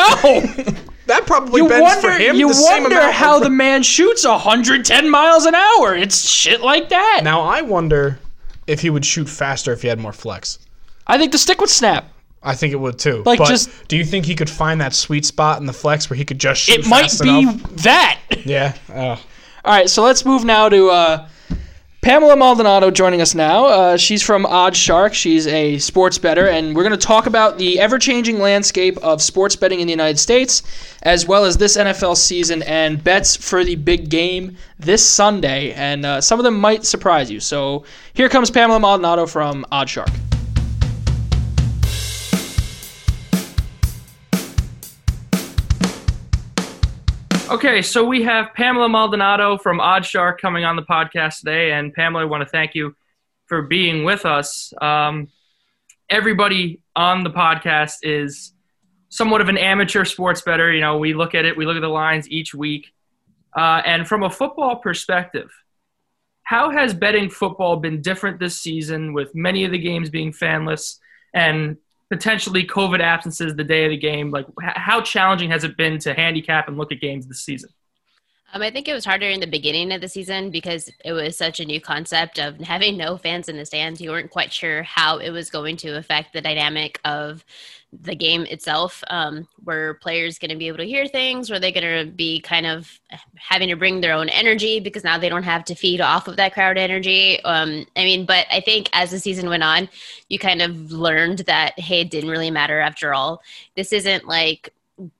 Speaker 1: know.
Speaker 2: that probably
Speaker 1: You
Speaker 2: bends
Speaker 1: wonder.
Speaker 2: for him.
Speaker 1: you
Speaker 2: the same
Speaker 1: wonder
Speaker 2: amount
Speaker 1: how
Speaker 2: of-
Speaker 1: the man shoots 110 miles an hour. It's shit like that.
Speaker 2: Now I wonder if he would shoot faster if he had more flex.
Speaker 1: I think the stick would snap.
Speaker 2: I think it would too.
Speaker 1: Like,
Speaker 2: but
Speaker 1: just-
Speaker 2: do you think he could find that sweet spot in the flex where he could just shoot?
Speaker 1: It might
Speaker 2: fast
Speaker 1: be
Speaker 2: enough?
Speaker 1: that.
Speaker 2: Yeah. Uh,
Speaker 1: All right, so let's move now to uh, Pamela Maldonado joining us now. Uh, she's from Odd Shark. She's a sports better, and we're going to talk about the ever changing landscape of sports betting in the United States, as well as this NFL season and bets for the big game this Sunday. And uh, some of them might surprise you. So here comes Pamela Maldonado from Odd Shark. Okay, so we have Pamela Maldonado from Odd Shark coming on the podcast today, and Pamela, I want to thank you for being with us. Um, everybody on the podcast is somewhat of an amateur sports better. You know, we look at it, we look at the lines each week, uh, and from a football perspective, how has betting football been different this season, with many of the games being fanless and potentially COVID absences the day of the game? Like, h- how challenging has it been to handicap and look at games this season?
Speaker 5: Um, I think it was harder in the beginning of the season because it was such a new concept of having no fans in the stands. You weren't quite sure how it was going to affect the dynamic of the game itself. Um, were players going to be able to hear things? Were they going to be kind of having to bring their own energy because now they don't have to feed off of that crowd energy? Um, I mean, but I think as the season went on, you kind of learned that, hey, it didn't really matter after all. This isn't like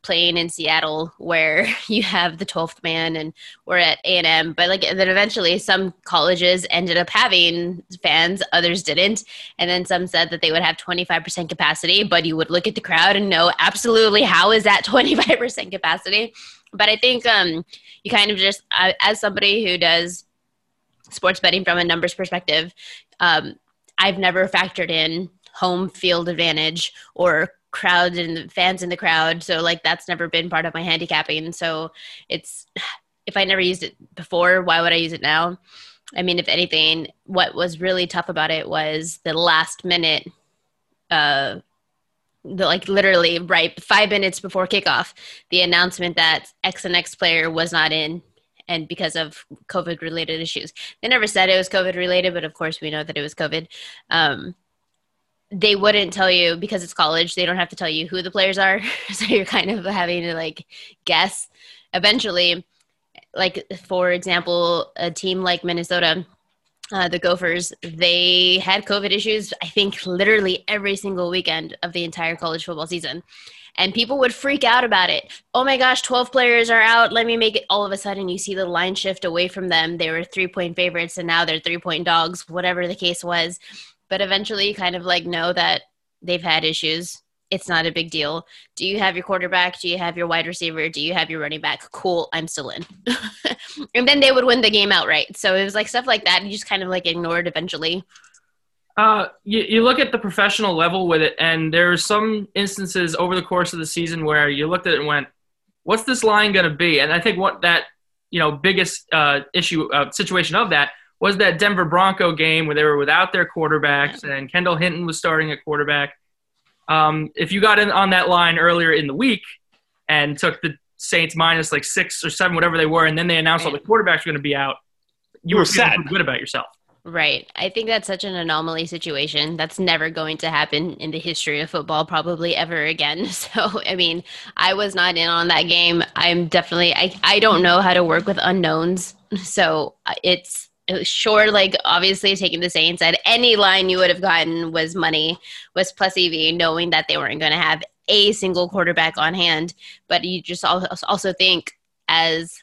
Speaker 5: playing in Seattle where you have the 12th man and we're at A&M but like then eventually some colleges ended up having fans others didn't and then some said that they would have 25% capacity but you would look at the crowd and know absolutely how is that 25% capacity but I think um you kind of just I as somebody who does sports betting from a numbers perspective um I've never factored in home field advantage or crowd and fans in the crowd. So like that's never been part of my handicapping. So it's if I never used it before, why would I use it now? I mean, if anything, what was really tough about it was the last minute uh the, like literally right five minutes before kickoff, the announcement that X and X player was not in and because of COVID related issues. They never said it was COVID related, but of course we know that it was COVID. Um, they wouldn't tell you because it's college, they don't have to tell you who the players are. so you're kind of having to like guess. Eventually, like for example, a team like Minnesota. Uh, the Gophers, they had COVID issues, I think, literally every single weekend of the entire college football season and people would freak out about it. Oh my gosh, 12 players are out. Let me make it. All of a sudden, you see the line shift away from them. They were three point favorites, and now they're three point dogs, whatever the case was. But eventually, you kind of like know that they've had issues. It's not a big deal. Do you have your quarterback? Do you have your wide receiver? Do you have your running back? Cool, I'm still in. and then they would win the game outright. So it was like stuff like that. You just kind of like ignored eventually.
Speaker 1: Uh, you, you look at the professional level with it, and there are some instances over the course of the season where you looked at it and went, "What's this line going to be?" And I think what that you know biggest uh, issue uh, situation of that was that Denver Bronco game where they were without their quarterbacks and Kendall Hinton was starting at quarterback. Um, if you got in on that line earlier in the week and took the Saints minus like six or seven, whatever they were, and then they announced all the quarterbacks were going to be out, you were feeling pretty good about yourself.
Speaker 5: Right. I think that's such an anomaly situation. That's never going to happen in the history of football, probably ever again. So, I mean, I was not in on that game. I'm definitely, I, I don't know how to work with unknowns. So uh, it's it was sure, like, obviously taking the Saints at any line you would have gotten was money, was plus EV, knowing that they weren't going to have a single quarterback on hand. But you just al- also think, as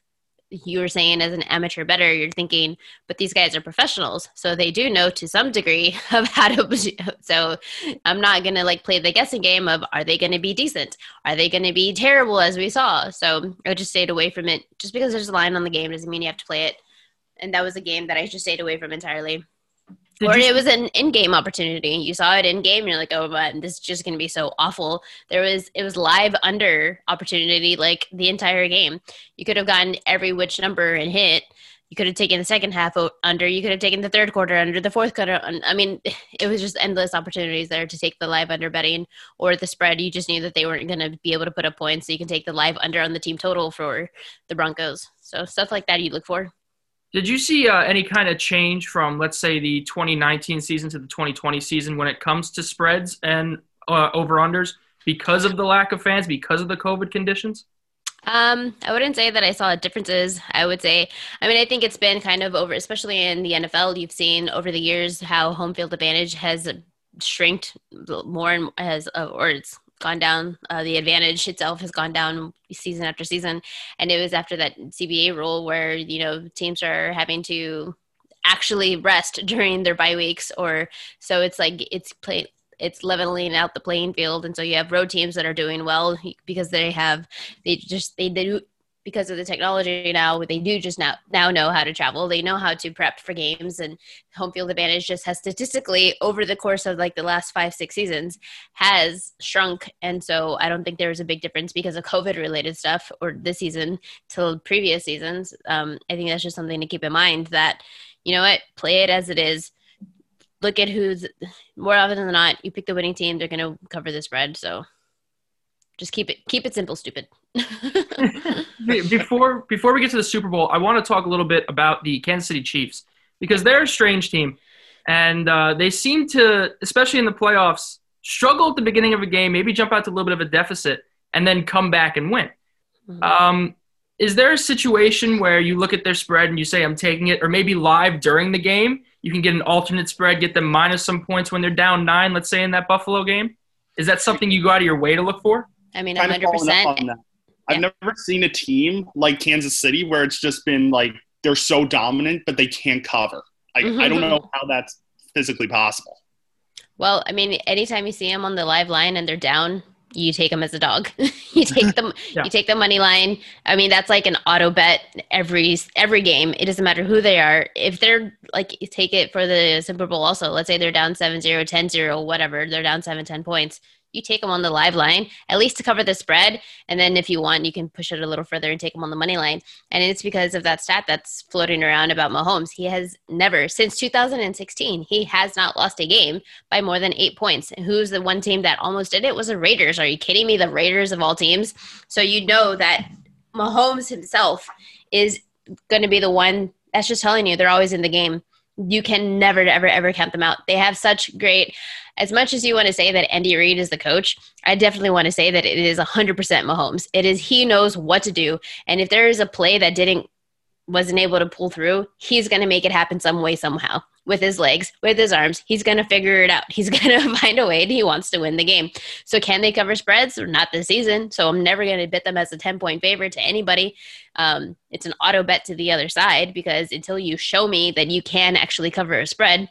Speaker 5: you were saying as an amateur better you're thinking but these guys are professionals so they do know to some degree of how to so i'm not going to like play the guessing game of are they going to be decent are they going to be terrible as we saw so i just stayed away from it just because there's a line on the game doesn't mean you have to play it and that was a game that i just stayed away from entirely Did or you- it was an in-game opportunity. You saw it in-game. You're like, oh, man, this is just going to be so awful. There was it was live under opportunity like the entire game. You could have gotten every which number and hit. You could have taken the second half o- under. You could have taken the third quarter under. The fourth quarter. Un- I mean, it was just endless opportunities there to take the live under betting or the spread. You just knew that they weren't going to be able to put up points, so you can take the live under on the team total for the Broncos. So stuff like that you look for.
Speaker 1: Did you see uh, any kind of change from, let's say, the 2019 season to the 2020 season when it comes to spreads and uh, over unders because of the lack of fans, because of the COVID conditions?
Speaker 5: Um, I wouldn't say that I saw differences. I would say, I mean, I think it's been kind of over, especially in the NFL. You've seen over the years how home field advantage has shrinked more and has, uh, or it's gone down. Uh, the advantage itself has gone down season after season, and it was after that CBA rule where you know teams are having to actually rest during their bye weeks, or so it's like it's play it's leveling out the playing field, and so you have road teams that are doing well because they have they just they, they do because of the technology now they do just now now know how to travel they know how to prep for games and home field advantage just has statistically over the course of like the last five six seasons has shrunk and so i don't think there was a big difference because of covid related stuff or this season till previous seasons um, i think that's just something to keep in mind that you know what play it as it is look at who's more often than not you pick the winning team they're going to cover the spread so just keep it keep it simple stupid Mm.
Speaker 1: before before we get to the super bowl i want to talk a little bit about the kansas city chiefs because they're a strange team and uh, they seem to especially in the playoffs struggle at the beginning of a game maybe jump out to a little bit of a deficit and then come back and win mm-hmm. um, is there a situation where you look at their spread and you say i'm taking it or maybe live during the game you can get an alternate spread get them minus some points when they're down nine let's say in that buffalo game is that something you go out of your way to look for
Speaker 5: I mean,
Speaker 3: kind of fallen off
Speaker 5: 100%.
Speaker 3: on that. I've never seen a team like Kansas City where it's just been like they're so dominant, but they can't cover. I, I
Speaker 5: Mm-hmm.
Speaker 3: don't know how that's physically possible.
Speaker 5: Well, I mean, anytime you see them on the live line and they're down, you take them as a dog. you take them.
Speaker 6: Yeah.
Speaker 5: You take the money line. I mean, that's like an auto bet every every game. It doesn't matter who they are. If they're like, you take it for the Super Bowl. Also, let's say they're down 7-0, 10-0, whatever. They're down 7, 10 points. You take them on the live line at least to cover the spread, and then if you want, you can push it a little further and take them on the money line. And it's because of that stat that's floating around about Mahomes. He has never since 2016 he has not lost a game by more than eight points. And who's the one team that almost did it? Was the Raiders. Are you kidding me? The Raiders of all teams. So you know that Mahomes himself is going to be the one that's just telling you they're always in the game. You can never, ever, ever count them out. They have such great. As much as you want to say that Andy Reid is the coach, I definitely want to say that it is 100% Mahomes. It is he knows what to do, and if there is a play that didn't wasn't able to pull through, he's going to make it happen some way, somehow. With his legs, with his arms, he's going to figure it out. He's going to find a way and he wants to win the game. So, can they cover spreads? Not this season. So, I'm never going to bet them as a 10 point favorite to anybody. Um, it's an auto bet to the other side because until you show me that you can actually cover a spread,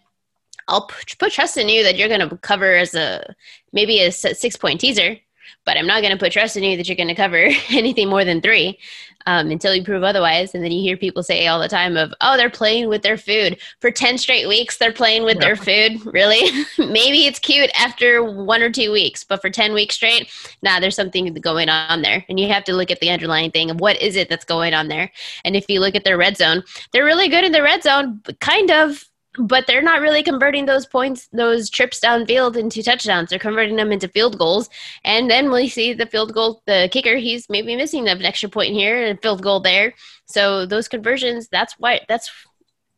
Speaker 5: I'll put, put trust in you that you're going to cover as a maybe a six point teaser, but I'm not going to put trust in you that you're going to cover anything more than three um, until you prove otherwise. And then you hear people say all the time of, oh, they're playing with their food. For 10 straight weeks, they're playing with their food. Really? Maybe it's cute after one or two weeks, but for 10 weeks straight, nah, there's something going on there. And you have to look at the underlying thing of what is it that's going on there. And if you look at their red zone, they're really good in the red zone, but kind of. But they're not really converting those points, those trips downfield into touchdowns. They're converting them into field goals. And then we see the field goal, the kicker, he's maybe missing an extra point here and a field goal there. So those conversions, that's why that's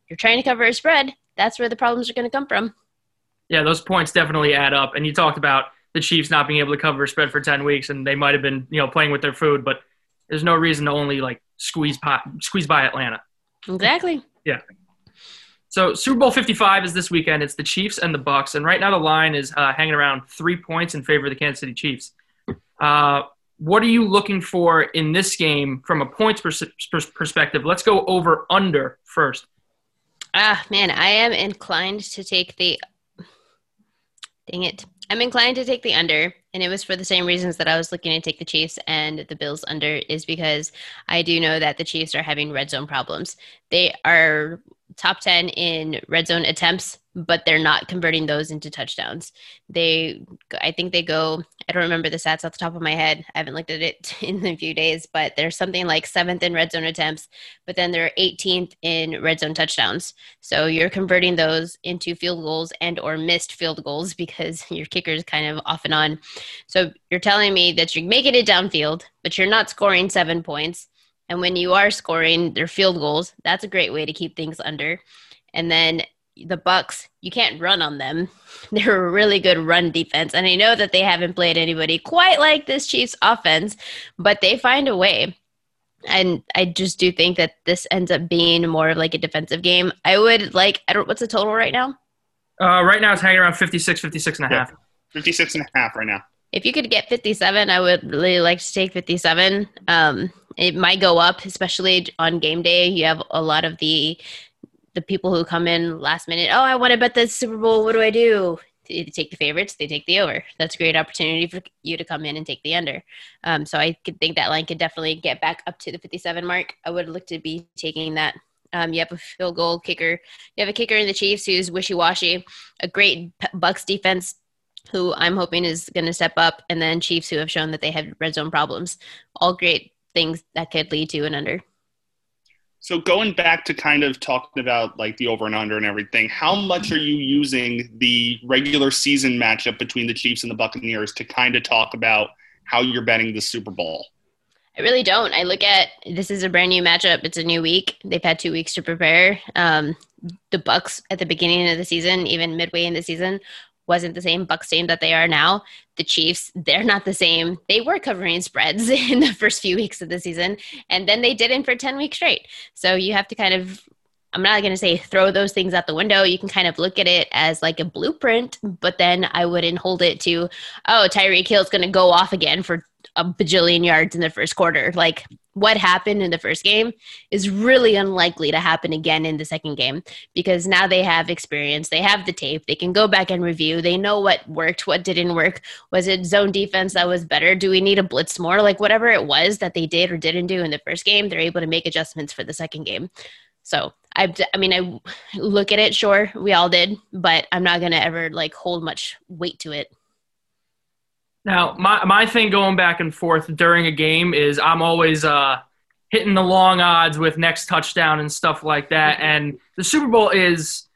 Speaker 5: you're trying to cover a spread. That's where the problems are going to come from.
Speaker 1: Yeah, those points definitely add up. And you talked about the Chiefs not being able to cover a spread for ten weeks, and they might have been, you know, playing with their food. But there's no reason to only like squeeze by, squeeze by Atlanta.
Speaker 5: Exactly.
Speaker 1: So Super Bowl 55 is this weekend. It's the Chiefs and the Bucks, and right now the line is uh, hanging around three points in favor of the Kansas City Chiefs. Uh, what are you looking for in this game from a points pers- pers- perspective? Let's go over under first.
Speaker 5: Ah, man, I am inclined to take the Dang it. I'm inclined to take the under, and it was for the same reasons that I was looking to take the Chiefs and the Bills under, is because I do know that the Chiefs are having red zone problems. They are top 10 in red zone attempts, but they're not converting those into touchdowns. They, I think they go, I don't remember the stats off the top of my head. I haven't looked at it in a few days, but they're something like seventh in red zone attempts, but then they're 18th in red zone touchdowns. So you're converting those into field goals and or missed field goals because your kicker is kind of off and on. So you're telling me that you're making it downfield, but you're not scoring seven points. And when you are scoring their field goals, that's a great way to keep things under. And then the Bucks, you can't run on them. They're a really good run defense. And I know that they haven't played anybody quite like this Chiefs offense, but they find a way and I just do think that this ends up being more of like a defensive game. I would like I don't what's the total right now?
Speaker 1: Uh, right now it's hanging around 56, 56 and a
Speaker 3: Yeah.
Speaker 1: half.
Speaker 3: 56 and a half right now.
Speaker 5: If you could get 57, I would really like to take 57. Um it might go up especially on game day. You have a lot of the the people who come in last minute, "Oh, I want to bet the Super Bowl. What do I do?" They take the favorites, they take the over. That's a great opportunity for you to come in and take the under. Um, so I could think that line could definitely get back up to the 57 mark. I would look to be taking that. Um, you have a field goal kicker. You have a kicker in the Chiefs who's wishy-washy. A great P- Bucks defense, who I'm hoping is going to step up, and then Chiefs who have shown that they have red zone problems. All great things that could lead to an under.
Speaker 3: So going back to kind of talking about like the over and under and everything, how much are you using the regular season matchup between the Chiefs and the Buccaneers to kind of talk about how you're betting the Super Bowl?
Speaker 5: I really don't. I look at this is a brand new matchup. It's a new week. They've had two weeks to prepare. Um, the Bucks at the beginning of the season, even midway in the season, wasn't the same Bucks team that they are now. The Chiefs, they're not the same. They were covering spreads in the first few weeks of the season, and then they didn't for ten weeks straight. So you have to kind of. I'm not going to say throw those things out the window. You can kind of look at it as like a blueprint, but then I wouldn't hold it to, oh, Tyreek Hill's going to go off again for a bajillion yards in the first quarter. Like what happened in the first game is really unlikely to happen again in the second game because now they have experience, they have the tape, they can go back and review, they know what worked, what didn't work. Was it zone defense that was better? Do we need a blitz more? Like whatever it was that they did or didn't do in the first game, they're able to make adjustments for the second game. So I, I mean, I look at it. Sure, we all did, but I'm not gonna ever like hold much weight to it.
Speaker 1: Now, my, my thing going back and forth during a game is I'm always uh, hitting the long odds with next touchdown and stuff like that.
Speaker 5: Mm-hmm.
Speaker 1: And the Super Bowl is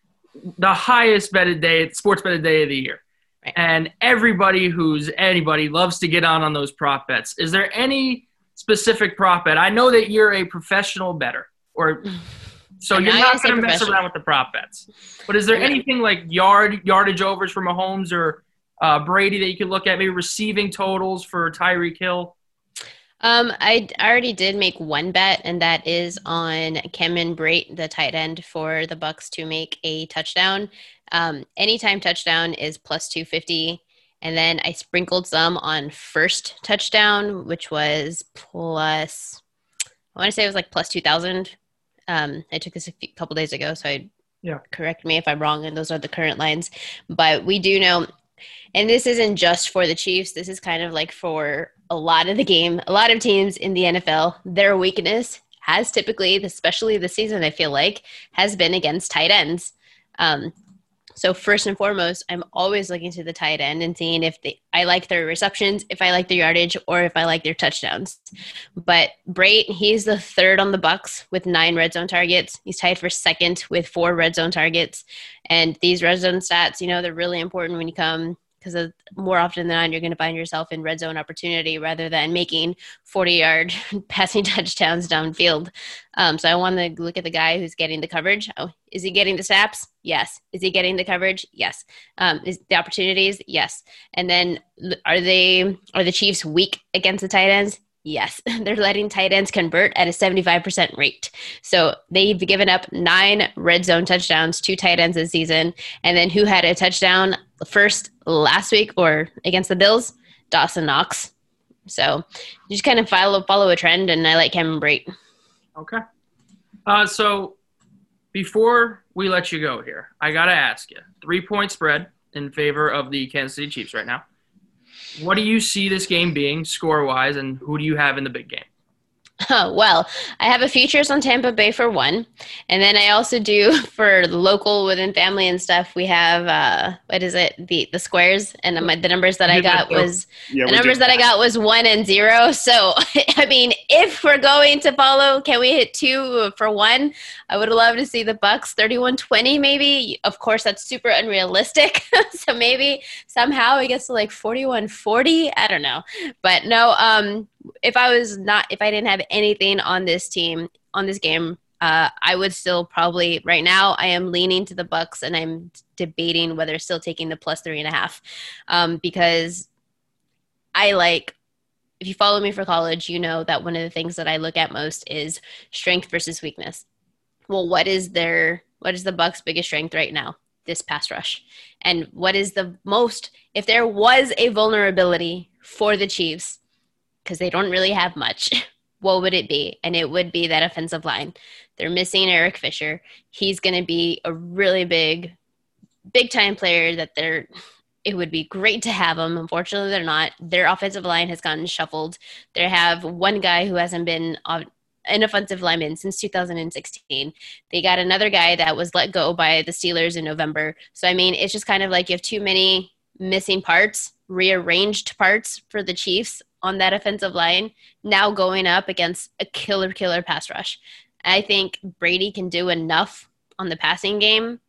Speaker 1: the highest betted day, sports betted day of the year.
Speaker 5: Right.
Speaker 1: And everybody who's anybody loves to get on on those prop bets. Is there any specific prop bet? I know that you're a professional better, or so
Speaker 5: Mm. And
Speaker 1: you're
Speaker 5: I
Speaker 1: not
Speaker 5: always say
Speaker 1: going to mess
Speaker 5: professional.
Speaker 1: around with the prop bets. But is there
Speaker 5: Yeah.
Speaker 1: anything like yard yardage overs for Mahomes or uh, Brady that you could look at? Maybe receiving totals for Tyreek Hill.
Speaker 5: Um, I d- I already did make one bet, and that is on Kemen Brait, the tight end for the Bucks, to make a touchdown. Um, anytime touchdown is plus two fifty, and then I sprinkled some on first touchdown, which was plus. I want to say it was like plus two thousand. Um, I took this a few, couple days ago, so I
Speaker 1: Yeah.
Speaker 5: correct me if I'm wrong, and those are the current lines. But we do know and this isn't just for the Chiefs. This is kind of like for a lot of the game, a lot of teams in the NFL. Their weakness has typically, especially this season, I feel like, has been against tight ends. Um, so first and foremost, I'm always looking to the tight end and seeing if they, I like their receptions, if I like their yardage, or if I like their touchdowns. But Brait, he's the third on the Bucks with nine red zone targets. He's tied for second with four red zone targets. And these red zone stats, you know, they're really important when you come because more often than not, you're going to find yourself in red zone opportunity rather than making 40 yard passing touchdowns downfield. Um, so I want to look at the guy who's getting the coverage. Oh, is he getting the snaps? Yes. Is he getting the coverage? Yes. Um, is the opportunities? Yes. And then l- are they are the Chiefs weak against the tight ends? Yes, they're letting tight ends convert at a 75% rate. So they've given up nine red zone touchdowns to tight ends this season. And then who had a touchdown first last week or against the Bills? Dawson Knox. So you just kind of follow follow a trend, and I like Cameron Brate.
Speaker 1: Okay. Uh, so before we let you go here, I gotta ask you: three point spread in favor of the Kansas City Chiefs right now. What do you see this game being score wise, and who do you have in the big game?
Speaker 5: Oh, well, I have a futures on Tampa Bay for one, and then I also do for the local within family and stuff. We have uh, what is it the the squares, and my, the numbers that I
Speaker 1: You did that,
Speaker 5: got
Speaker 1: too.
Speaker 5: was
Speaker 3: Yeah,
Speaker 5: the
Speaker 3: we're
Speaker 5: numbers
Speaker 3: doing
Speaker 5: that I got was one and zero. So, I mean, if we're going to follow, can we hit two for one? I would love to see the Bucks 31 20, maybe. Of course, that's super unrealistic. so, maybe somehow it gets to like 41 40. I don't know. But no, um, if I was not, if I didn't have anything on this team, on this game, uh, I would still probably right now. I am leaning to the Bucks, and I'm debating whether still taking the plus three and a half, um, because I like if you follow me for college, you know that one of the things that I look at most is strength versus weakness. Well, what is their what is the Bucks' biggest strength right now? This pass rush. And what is the most if there was a vulnerability for the Chiefs because they don't really have much, what would it be? And it would be that offensive line. They're missing Eric Fisher. He's going to be a really big big time player that they're it would be great to have them. Unfortunately, they're not. Their offensive line has gotten shuffled. They have one guy who hasn't been on- an offensive lineman since 2016. They got another guy that was let go by the Steelers in November. So, I mean, it's just kind of like you have too many missing parts, rearranged parts for the Chiefs on that offensive line, now going up against a killer, killer pass rush. I think Brady can do enough on the passing game.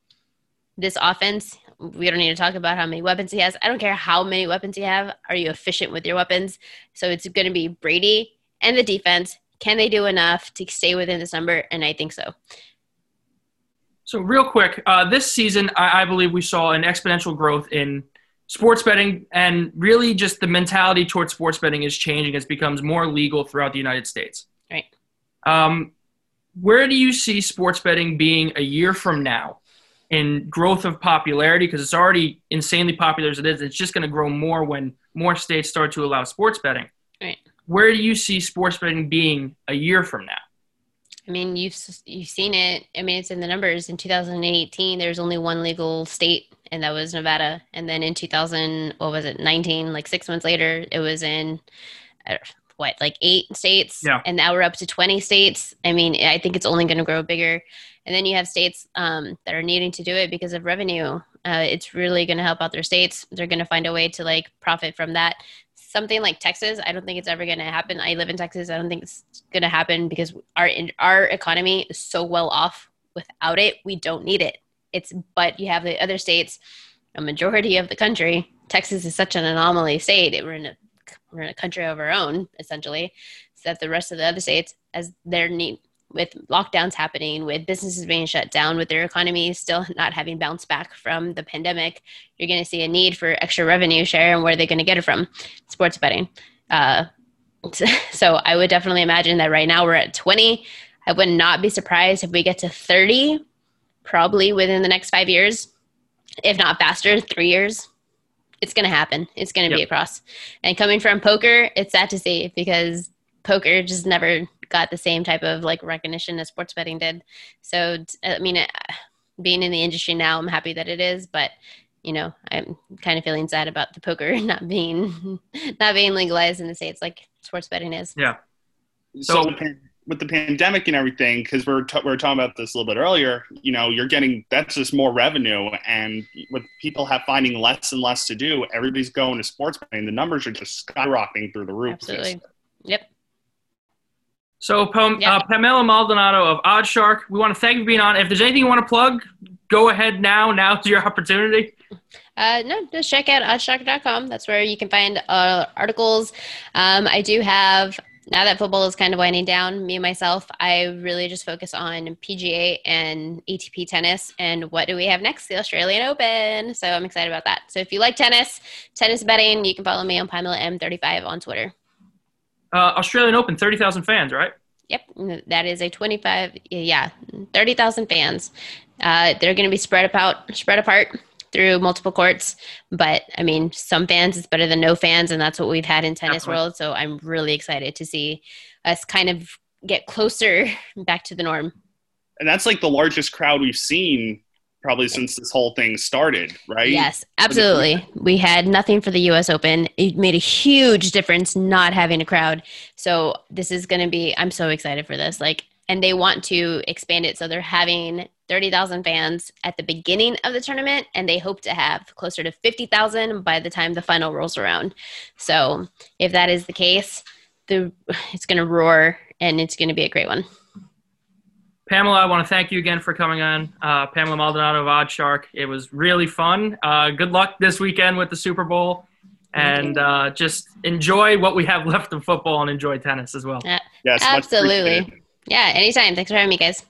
Speaker 5: This offense, we don't need to talk about how many weapons he has. I don't care how many weapons you have. Are you efficient with your weapons? So it's going to be Brady and the defense. Can they do enough to stay within this number? And I think so.
Speaker 1: So, real quick, uh, this season, I, I believe we saw an exponential growth in sports betting, and really just the mentality towards sports betting is changing as it becomes more legal throughout the United States.
Speaker 5: Right.
Speaker 1: Um, where do you see sports betting being a year from now in growth of popularity? Because it's already insanely popular as it is. It's just going to grow more when more states start to allow sports betting.
Speaker 5: Right.
Speaker 7: Where do you see sports betting being a year from now?
Speaker 5: I mean, you've s- you've seen it. I mean, it's in the numbers. In 2018, there was only one legal state, and that was Nevada. And then in 2000, what was it, 19? Like six months later, it was in I don't- what, like eight states.
Speaker 7: Yeah.
Speaker 5: And now we're up to 20 states. I mean, I think it's only going to grow bigger. And then you have states um, that are needing to do it because of revenue. Uh, it's really going to help out their states. They're going to find a way to like profit from that. Something like Texas, I don't think it's ever going to happen. I live in Texas. I don't think it's going to happen because our in- our economy is so well off without it we don't need it it's but you have the other states a majority of the country texas is such an anomaly state it- we're in a we're in a country of our own essentially so that the rest of the other states as their need with lockdowns happening with businesses being shut down with their economy still not having bounced back from the pandemic you're going to see a need for extra revenue share and where are they going to get it from sports betting uh, so I would definitely imagine that right now we're at 20. I would not be surprised if we get to 30, probably within the next five years, if not faster, three years. It's going to happen. It's going to be across. And coming from poker, it's sad to see because poker just never got the same type of like recognition as sports betting did. So t- I mean, uh, being in the industry now, I'm happy that it is, but you know, I'm kind of feeling sad about the poker not being not being legalized in the states like sports betting is.
Speaker 8: So,
Speaker 7: So-
Speaker 8: with the pan- with the pandemic and everything, because we're t- we were talking about this a little bit earlier, you know, you're getting that's just more revenue, and with people have finding less and less to do, everybody's going to sports betting. The numbers are just skyrocketing through the roof.
Speaker 5: Absolutely. Yep.
Speaker 7: So, Pam-
Speaker 5: Yeah.
Speaker 7: uh, Pamela Maldonado of Odd Shark, we want to thank you for being on. If there's anything you want to plug, go ahead now. Now's your opportunity.
Speaker 5: Uh, no, just check out oddshocker.com. That's where you can find uh, articles. Um, I do have, now that football is kind of winding down, me and myself, I really just focus on PGA and ATP tennis. And what do we have next? The Australian Open. So I'm excited about that. So if you like tennis, tennis betting, you can follow me on Pamela M35 on Twitter.
Speaker 7: Uh, Australian Open, 30,000 fans, right?
Speaker 5: Yep, that is a 25, yeah, 30,000 fans. Uh, they're going to be spread about, spread apart through multiple courts. But I mean, some fans it's better than no fans, and that's what we've had in tennis
Speaker 7: Definitely.
Speaker 5: world. So I'm really excited to see us kind of get closer back to the norm.
Speaker 8: and that's like the largest crowd we've seen probably since this whole thing started, right?
Speaker 5: Yes, absolutely. We had nothing for the US Open. It made a huge difference not having a crowd. So this is going to be I'm so excited for this. Like and they want to expand it so they're having 30,000 fans at the beginning of the tournament and they hope to have closer to 50,000 by the time the final rolls around. So if that is the case, the it's going to roar and it's going to be a great one.
Speaker 7: Pamela, I want to thank you again for coming on. Uh, Pamela Maldonado of Odd Shark. It was really fun. Uh, good luck this weekend with the Super Bowl. And uh, just enjoy what we have left of football and enjoy tennis as well.
Speaker 8: Yes, much
Speaker 5: Absolutely.
Speaker 8: appreciated.
Speaker 5: Uh, Yeah, anytime. Thanks for having me, guys.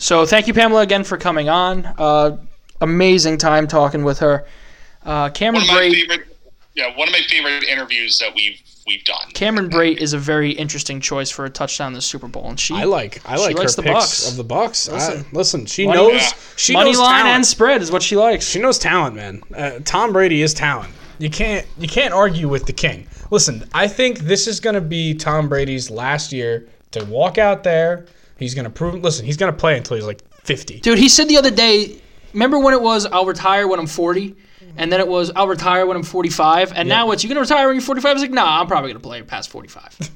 Speaker 1: So thank you, Pamela, again for coming on. Uh, amazing time talking with her. Uh,
Speaker 3: One
Speaker 1: Cameron
Speaker 3: of my
Speaker 1: Bray.
Speaker 3: favorite, yeah, one of my favorite interviews that we've we've done.
Speaker 1: Cameron Bray is a very interesting choice for a touchdown this Super Bowl, and she
Speaker 4: I like I like her
Speaker 1: likes the
Speaker 4: picks
Speaker 1: Bucks.
Speaker 4: of the Bucks. I- Listen,
Speaker 1: Listen.
Speaker 4: she
Speaker 1: Money-
Speaker 4: knows
Speaker 3: Yeah.
Speaker 4: she
Speaker 1: money
Speaker 4: knows
Speaker 1: line
Speaker 4: talent.
Speaker 1: and spread is what she likes.
Speaker 4: She knows talent, man. Uh, Tom Brady is talent. You can't you can't argue with the king. Listen, I think this is gonna be Tom Brady's last year to walk out there. He's gonna prove. Listen, he's gonna play until he's like fifty.
Speaker 1: Dude, he said the other day. Remember when it was I'll retire when I'm 40, and then it was I'll retire when I'm 45, and now it's you gonna retire when you're 45? It's like nah, I'm probably gonna play past 45.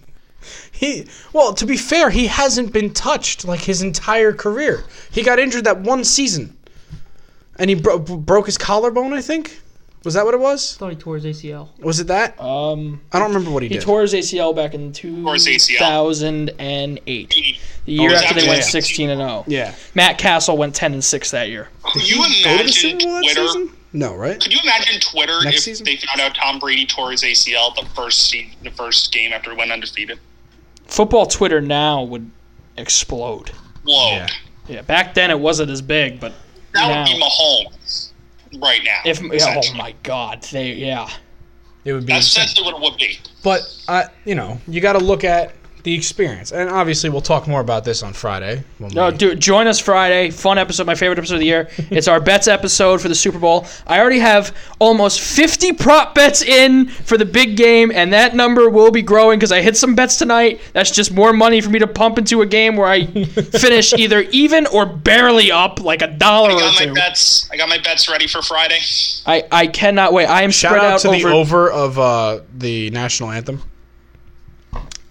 Speaker 4: He well, to be fair, he hasn't been touched like his entire career. He got injured that one season, and he bro- broke his collarbone. I think was that what it was?
Speaker 1: thought he tore his ACL.
Speaker 4: Was it that?
Speaker 1: Um,
Speaker 4: I don't remember what he,
Speaker 1: he
Speaker 4: did.
Speaker 1: tore his ACL back in
Speaker 3: his ACL.
Speaker 1: 2008, the year
Speaker 4: was
Speaker 1: after they
Speaker 3: after
Speaker 1: went
Speaker 3: that.
Speaker 1: 16 and 0.
Speaker 4: yeah.
Speaker 1: Matt Castle went 10 and 6 that year.
Speaker 3: Could you
Speaker 4: Go to the
Speaker 3: imagine
Speaker 4: Super Bowl that
Speaker 3: Twitter?
Speaker 4: season? No, right?
Speaker 3: Could you imagine Twitter
Speaker 4: Next
Speaker 3: if
Speaker 4: season?
Speaker 3: they found out Tom Brady tore his ACL the first se- the first game after he went undefeated?
Speaker 1: Football Twitter now would explode.
Speaker 3: Whoa,
Speaker 4: Yeah.
Speaker 1: Yeah, back then it wasn't as big, but
Speaker 3: that
Speaker 1: Now.
Speaker 3: would be Mahomes right now.
Speaker 1: if yeah,
Speaker 3: essentially.
Speaker 1: oh my god, they yeah.
Speaker 4: It would be.
Speaker 3: that's
Speaker 4: insane.
Speaker 3: essentially what it would be.
Speaker 4: But I, you know, you got to look at
Speaker 2: the experience. And obviously, we'll talk more about this on Friday. when
Speaker 1: No,
Speaker 2: we-
Speaker 1: dude, join us Friday. Fun episode, my favorite episode of the year. It's our bets episode for the Super Bowl. I already have almost 50 prop bets in for the big game, and that number will be growing because I hit some bets tonight. That's just more money for me to pump into a game where I finish either even or barely up, like a dollar
Speaker 3: I
Speaker 1: or
Speaker 3: got my
Speaker 1: two.
Speaker 3: bets. I got my bets ready for Friday.
Speaker 1: I, I cannot wait. I am
Speaker 2: shout
Speaker 1: spread
Speaker 2: out,
Speaker 1: out,
Speaker 2: to
Speaker 1: over
Speaker 2: the over of uh, the national anthem.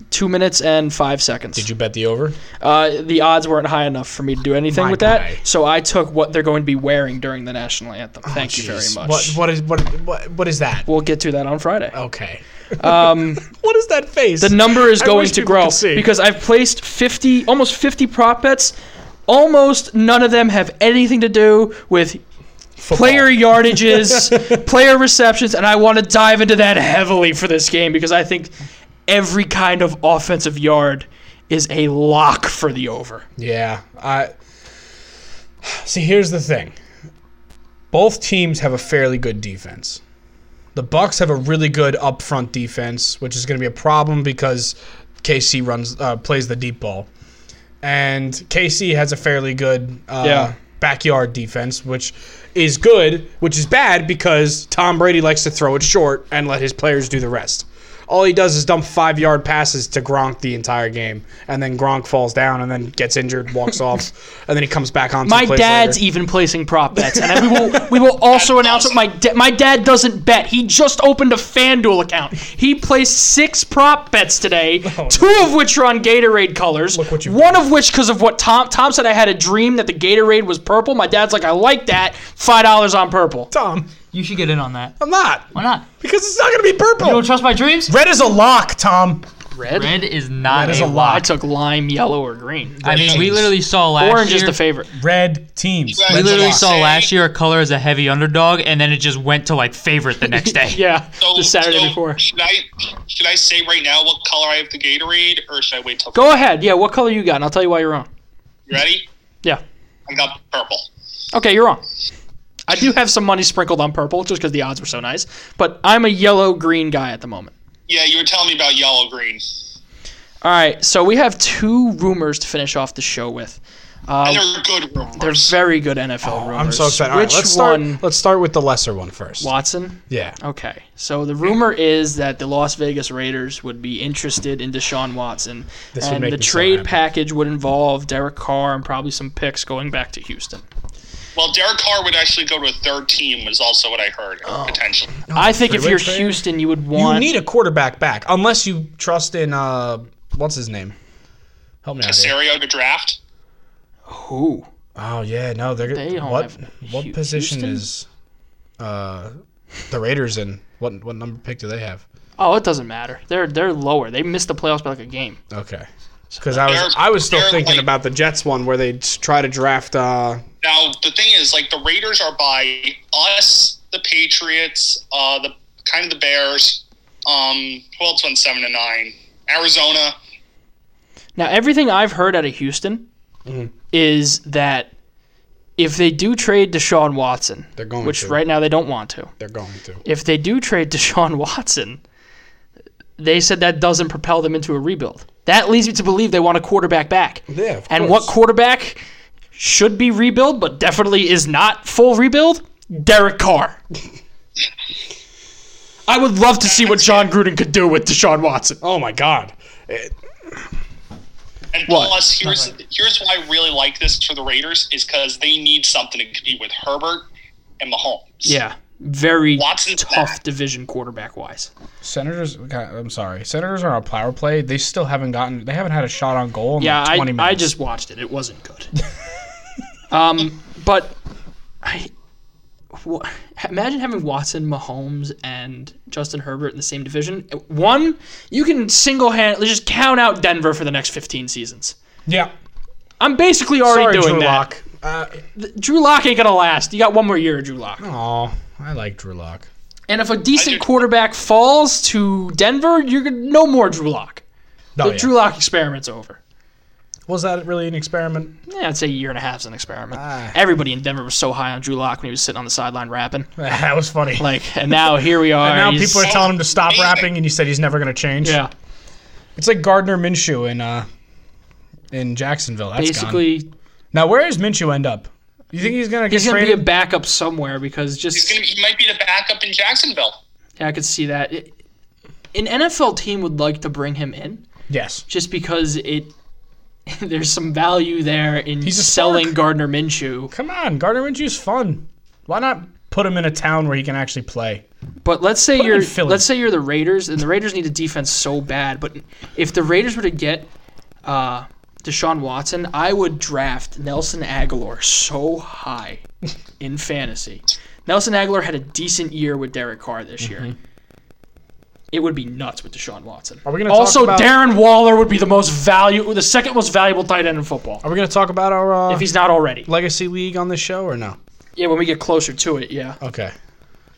Speaker 1: two minutes and five seconds.
Speaker 2: Did you bet the over?
Speaker 1: Uh, the odds weren't high enough for me to do anything
Speaker 2: My
Speaker 1: with
Speaker 2: guy. Oh,
Speaker 1: that, so I took what they're going to be wearing during the national anthem. Thank you very
Speaker 2: Jeez.
Speaker 1: much.
Speaker 2: What Oh. what is what what what is that?
Speaker 1: We'll get to that on Friday.
Speaker 2: Okay. Um, what is that face?
Speaker 1: The number is
Speaker 2: I
Speaker 1: going
Speaker 2: wish
Speaker 1: to
Speaker 2: people
Speaker 1: grow
Speaker 2: could see.
Speaker 1: because I've placed 50, almost 50 prop bets. Almost none of them have anything to do with
Speaker 2: Oh.
Speaker 1: player yardages, player receptions, and I want to dive into that heavily for this game because I think every kind of offensive yard is a lock for the over.
Speaker 2: Yeah, I see. Here's the thing: both teams have a fairly good defense. The Bucks have a really good up-front defense, which is going to be a problem because KC runs uh, plays the deep ball, and KC has a fairly good uh,
Speaker 1: Yeah.
Speaker 2: backyard defense, which is good, which is bad because Tom Brady likes to throw it short and let his players do the rest. All he does is dump five yard passes to Gronk the entire game, and then Gronk falls down and then gets injured, walks off, and then he comes back on. two
Speaker 1: My
Speaker 2: plays
Speaker 1: dad's e-
Speaker 2: later.
Speaker 1: even placing prop bets, and we will we will also announce what my da- my dad doesn't bet. He just opened a FanDuel account. He placed six prop bets today, two of which are on Gatorade colors. Look
Speaker 2: what you've
Speaker 1: one of which because of what Tom Tom said. I had a dream that the Gatorade was purple. My dad's like, I like that. Five dollars on purple.
Speaker 2: Tom.
Speaker 9: You should get in on that.
Speaker 2: I'm not
Speaker 9: Why not?
Speaker 2: because it's not going to be
Speaker 9: You don't
Speaker 2: purple.
Speaker 9: trust my dreams?
Speaker 2: Red is a lock, Tom.
Speaker 1: Red.
Speaker 9: Red is not
Speaker 2: Red is
Speaker 9: a
Speaker 2: a
Speaker 1: I
Speaker 9: lot.
Speaker 1: took lime, yellow, or green.
Speaker 9: I mean, we literally saw last
Speaker 1: Orange
Speaker 9: year.
Speaker 1: is the favorite.
Speaker 2: Red teams.
Speaker 3: You guys
Speaker 9: we literally
Speaker 3: are
Speaker 9: saw
Speaker 3: saying-
Speaker 9: last year a color as a heavy underdog, and then it just went to like favorite the next day.
Speaker 1: Yeah, the Saturday
Speaker 3: so
Speaker 1: before.
Speaker 3: Should I should I say right now what color I have the Gatorade, or should I wait till
Speaker 1: Go ahead. Yeah, what color you got? And I'll tell you why you're wrong.
Speaker 3: you ready?
Speaker 1: Yeah.
Speaker 3: I got purple.
Speaker 1: Okay, you're wrong. I do have some money sprinkled on purple just because the odds were so nice, but I'm a yellow green guy at the moment.
Speaker 3: Yeah, you were telling me about yellow green.
Speaker 1: All right, so we have two rumors to finish off the show with.
Speaker 3: And they're good rumors.
Speaker 1: They're very good NFL rumors.
Speaker 2: Oh, I'm so excited. All right,
Speaker 1: Which
Speaker 2: let's start.
Speaker 1: one?
Speaker 2: Let's start with the lesser one first.
Speaker 1: Watson.
Speaker 2: Yeah.
Speaker 1: Okay, so the rumor is that the Las Vegas Raiders would be interested in Deshaun Watson,
Speaker 2: This would
Speaker 1: and
Speaker 2: make
Speaker 1: the
Speaker 2: me so
Speaker 1: trade
Speaker 2: happy.
Speaker 1: package would involve Derek Carr and probably some picks going back to Houston.
Speaker 3: well, Derek Carr would actually go to a third team, is also what I heard,
Speaker 4: Oh,
Speaker 3: potentially.
Speaker 1: I think if
Speaker 2: freeway
Speaker 1: you're
Speaker 2: Oh, trade?
Speaker 1: Houston, you would
Speaker 2: You
Speaker 1: want.
Speaker 2: need a quarterback back unless you trust in uh what's his name? Help me out. Here.
Speaker 3: Casario to draft.
Speaker 1: who?
Speaker 2: Oh yeah, no, they're
Speaker 1: They don't
Speaker 2: what
Speaker 1: have-
Speaker 2: what
Speaker 1: Hu-
Speaker 2: position
Speaker 1: Houston?
Speaker 2: is uh the Raiders in? What what number pick do they have?
Speaker 1: Oh, it doesn't matter. They're they're lower. They missed the playoffs by like a game.
Speaker 2: Okay. Because I was
Speaker 3: They're-
Speaker 2: I was still
Speaker 3: they're
Speaker 2: thinking
Speaker 3: like-
Speaker 2: about the Jets one where they s- try to draft uh
Speaker 3: Now, the thing is, like, the Raiders are by us, the Patriots, uh, the kind of the Bears. Um, who else went 7 to 9? Arizona.
Speaker 1: Now, everything I've heard out of Houston
Speaker 2: Mm-hmm.
Speaker 1: is that if they do trade Deshaun Watson,
Speaker 2: they're going
Speaker 1: which
Speaker 2: to
Speaker 1: right now they don't want to,
Speaker 2: they're going to.
Speaker 1: if they do trade Deshaun Watson, they said that doesn't propel them into a rebuild. That leads me to believe they want a quarterback back.
Speaker 2: Yeah, of
Speaker 1: and
Speaker 2: course.
Speaker 1: what quarterback should be rebuild but definitely is not full rebuild? Derek Carr. I would love to see what John Gruden could do with Deshaun Watson.
Speaker 2: Oh my god.
Speaker 3: And
Speaker 1: What?
Speaker 3: plus, here's here's why I really like this for the Raiders is because they need something to compete with Herbert and Mahomes.
Speaker 1: Yeah, very
Speaker 3: Watson's
Speaker 1: tough
Speaker 3: back.
Speaker 1: division quarterback wise.
Speaker 2: Senators I'm sorry. Senators are on a power play. They still haven't gotten they haven't had a shot on goal in
Speaker 1: Yeah, I, I just watched it. It wasn't good. um, but I wha- imagine having Watson, Mahomes, and Justin Herbert in the same division. One, you can single handedly just count out Denver for the next 15 seasons.
Speaker 2: Yeah.
Speaker 1: I'm basically already
Speaker 2: Sorry,
Speaker 1: doing
Speaker 2: Drew
Speaker 1: that.
Speaker 2: Lock. Uh,
Speaker 1: Drew Lock ain't gonna last. You got one more year of Drew Lock.
Speaker 2: oh, I like Drew Lock.
Speaker 1: And if a decent
Speaker 3: do-
Speaker 1: quarterback falls to Denver, you're gonna no more Drew Lock.
Speaker 2: No,
Speaker 1: the Drew Lock experiment's over.
Speaker 2: Oh, Was that really an experiment?
Speaker 1: Yeah, I'd say a year and a half's an experiment.
Speaker 2: Ah.
Speaker 1: Everybody in Denver was so high on Drew Lock when he was sitting on the sideline rapping.
Speaker 2: that was funny.
Speaker 1: Like, and now here we are.
Speaker 2: and now
Speaker 1: he's-
Speaker 2: people are telling him to stop
Speaker 3: amazing.
Speaker 2: rapping, and you said he's never going to change.
Speaker 1: yeah.
Speaker 2: It's like Gardner Minshew in uh in Jacksonville. That's Basically,
Speaker 1: Basically,
Speaker 2: now where does Minshew end up? You think he's gonna get
Speaker 1: he's going to
Speaker 2: traded?
Speaker 1: be a backup somewhere because
Speaker 3: He's
Speaker 1: just
Speaker 3: gonna be, he might be the backup in Jacksonville.
Speaker 1: yeah, I could see that. It, an NFL team would like to bring him in
Speaker 2: yes.
Speaker 1: just because it there's some value there in
Speaker 2: He's a
Speaker 1: selling
Speaker 2: spark.
Speaker 1: Gardner Minshew.
Speaker 2: Come on, Gardner Minshew's fun. Why not put him in a town where he can actually play?
Speaker 1: But let's say
Speaker 2: Put him in
Speaker 1: you're
Speaker 2: Philly.
Speaker 1: let's say you're the Raiders and the Raiders need a defense so bad, but if the Raiders were to get uh Deshaun Watson, I would draft Nelson Aguilar so high in fantasy. Nelson Aguilar had a decent year with Derek Carr this year. It would be nuts with Deshaun Watson.
Speaker 2: Are we gonna
Speaker 1: also,
Speaker 2: talk about-
Speaker 1: Darren Waller would be the most value, the second most valuable tight end in football,
Speaker 2: Are we gonna talk about our uh,
Speaker 1: if he's not already.
Speaker 2: legacy league on this show or no?
Speaker 1: Yeah, when we get closer to it, yeah.
Speaker 2: Okay.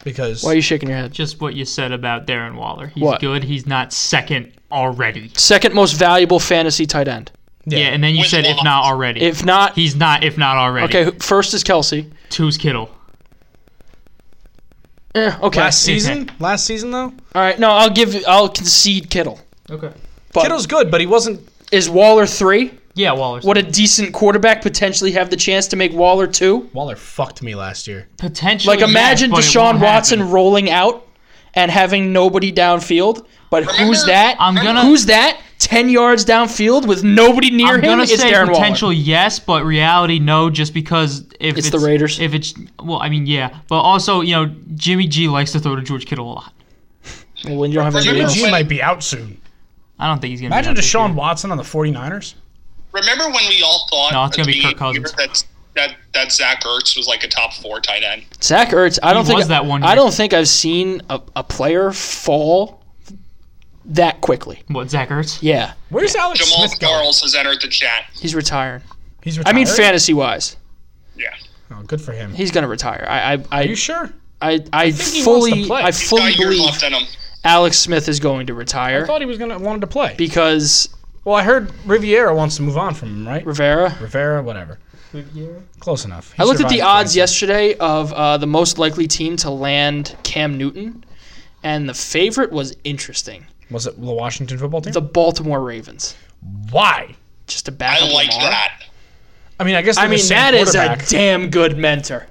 Speaker 2: Because
Speaker 1: Why are you shaking your head?
Speaker 9: Just what you said about Darren Waller. He's
Speaker 1: What?
Speaker 9: good. He's not second already.
Speaker 1: Second most valuable fantasy tight end.
Speaker 9: Yeah, and then you
Speaker 3: With
Speaker 9: said if
Speaker 3: Waller.
Speaker 9: not already.
Speaker 1: If not,
Speaker 9: he's not, if not already.
Speaker 1: Okay, who- first is Kelsey.
Speaker 9: Two's Kittle.
Speaker 1: Eh, okay.
Speaker 2: last season, last season though,
Speaker 1: All right. No, I'll give. I'll concede Kittle.
Speaker 10: Okay.
Speaker 1: But
Speaker 2: Kittle's good, but he wasn't.
Speaker 1: is Waller three?
Speaker 9: Yeah, Waller's
Speaker 1: Would a decent quarterback potentially have the chance to make Waller two?
Speaker 2: Waller fucked me last year.
Speaker 9: potentially.
Speaker 1: Like imagine
Speaker 9: yes, but it
Speaker 1: Deshaun
Speaker 9: won't
Speaker 1: Watson
Speaker 9: happen.
Speaker 1: rolling out and having nobody downfield. But who's that?
Speaker 9: I'm gonna-
Speaker 1: Who's that? Ten yards downfield with nobody near
Speaker 9: I'm
Speaker 1: him.
Speaker 9: gonna
Speaker 1: it's
Speaker 9: say
Speaker 1: Darren
Speaker 9: potential
Speaker 1: Waller.
Speaker 9: yes, but reality no, just because if
Speaker 1: It's the Raiders.
Speaker 9: If it's well, I mean yeah, but also you know Jimmy G likes to throw to George Kittle a lot.
Speaker 1: Well, when you don't have anybody
Speaker 3: Remember
Speaker 1: else.
Speaker 2: He might be out soon.
Speaker 9: I don't think he's gonna.
Speaker 2: Imagine
Speaker 9: be out this
Speaker 2: Deshaun
Speaker 9: year.
Speaker 2: Watson on the 49ers.
Speaker 3: Remember when we all thought
Speaker 9: No, it's
Speaker 3: at
Speaker 9: gonna
Speaker 3: the
Speaker 9: be Kirk
Speaker 3: beginning of the year That, that that Zach Ertz was like a top four tight end.
Speaker 1: Zach Ertz, I don't
Speaker 9: He
Speaker 1: think
Speaker 9: was that one
Speaker 1: I
Speaker 9: year.
Speaker 1: don't think I've seen a, a player fall that quickly.
Speaker 9: What Zach Ertz?
Speaker 1: Yeah,
Speaker 2: Where's Alex
Speaker 3: Jamal
Speaker 2: Smith going?
Speaker 3: Charles has entered the chat.
Speaker 1: he's retired.
Speaker 2: He's
Speaker 1: I
Speaker 2: retired.
Speaker 1: mean, fantasy wise,
Speaker 3: Yeah.
Speaker 2: Oh, good for him.
Speaker 1: he's gonna retire. I, I,
Speaker 2: You
Speaker 1: I,
Speaker 2: sure?
Speaker 1: I, I
Speaker 2: think he wants to
Speaker 1: fully,
Speaker 2: play.
Speaker 1: I
Speaker 3: He's
Speaker 1: fully
Speaker 3: got years
Speaker 1: believe
Speaker 3: left in him.
Speaker 1: Alex Smith is going to retire
Speaker 2: I thought he was gonna wanted to play.
Speaker 1: because
Speaker 2: Well, I heard Riviera wants to move on from him, right?
Speaker 1: Rivera.
Speaker 2: Rivera, whatever. Close enough. He
Speaker 1: I looked at the
Speaker 2: survived
Speaker 1: odds
Speaker 2: cancer.
Speaker 1: yesterday of uh, the most likely team to land Cam Newton, and the favorite was interesting:
Speaker 2: Was it the Washington football team?
Speaker 1: the Baltimore Ravens.
Speaker 2: Why?
Speaker 1: Just to back
Speaker 3: I
Speaker 1: up
Speaker 3: like
Speaker 1: Lamar.
Speaker 3: that.
Speaker 2: I mean, I guess.
Speaker 1: I mean, that is a damn good mentor.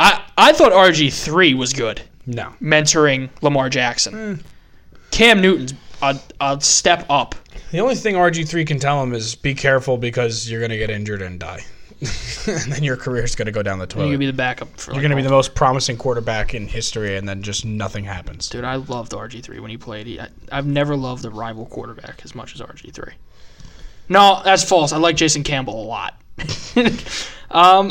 Speaker 1: I I thought RG three was good
Speaker 2: no.
Speaker 1: mentoring Lamar Jackson.
Speaker 2: Mm.
Speaker 1: Cam Newton's a, a step up.
Speaker 2: The only thing RG three can tell him is be careful because you're gonna get injured and die, and then your career's gonna go down the
Speaker 1: He's
Speaker 2: toilet.
Speaker 1: gonna be the backup for.
Speaker 2: You're
Speaker 1: like,
Speaker 2: going to be the most promising quarterback in history, and then just nothing happens.
Speaker 1: Dude, I loved RG three when he played. He, I, I've never loved a rival quarterback as much as RG three. No, that's false. I like Jason Campbell a lot. um,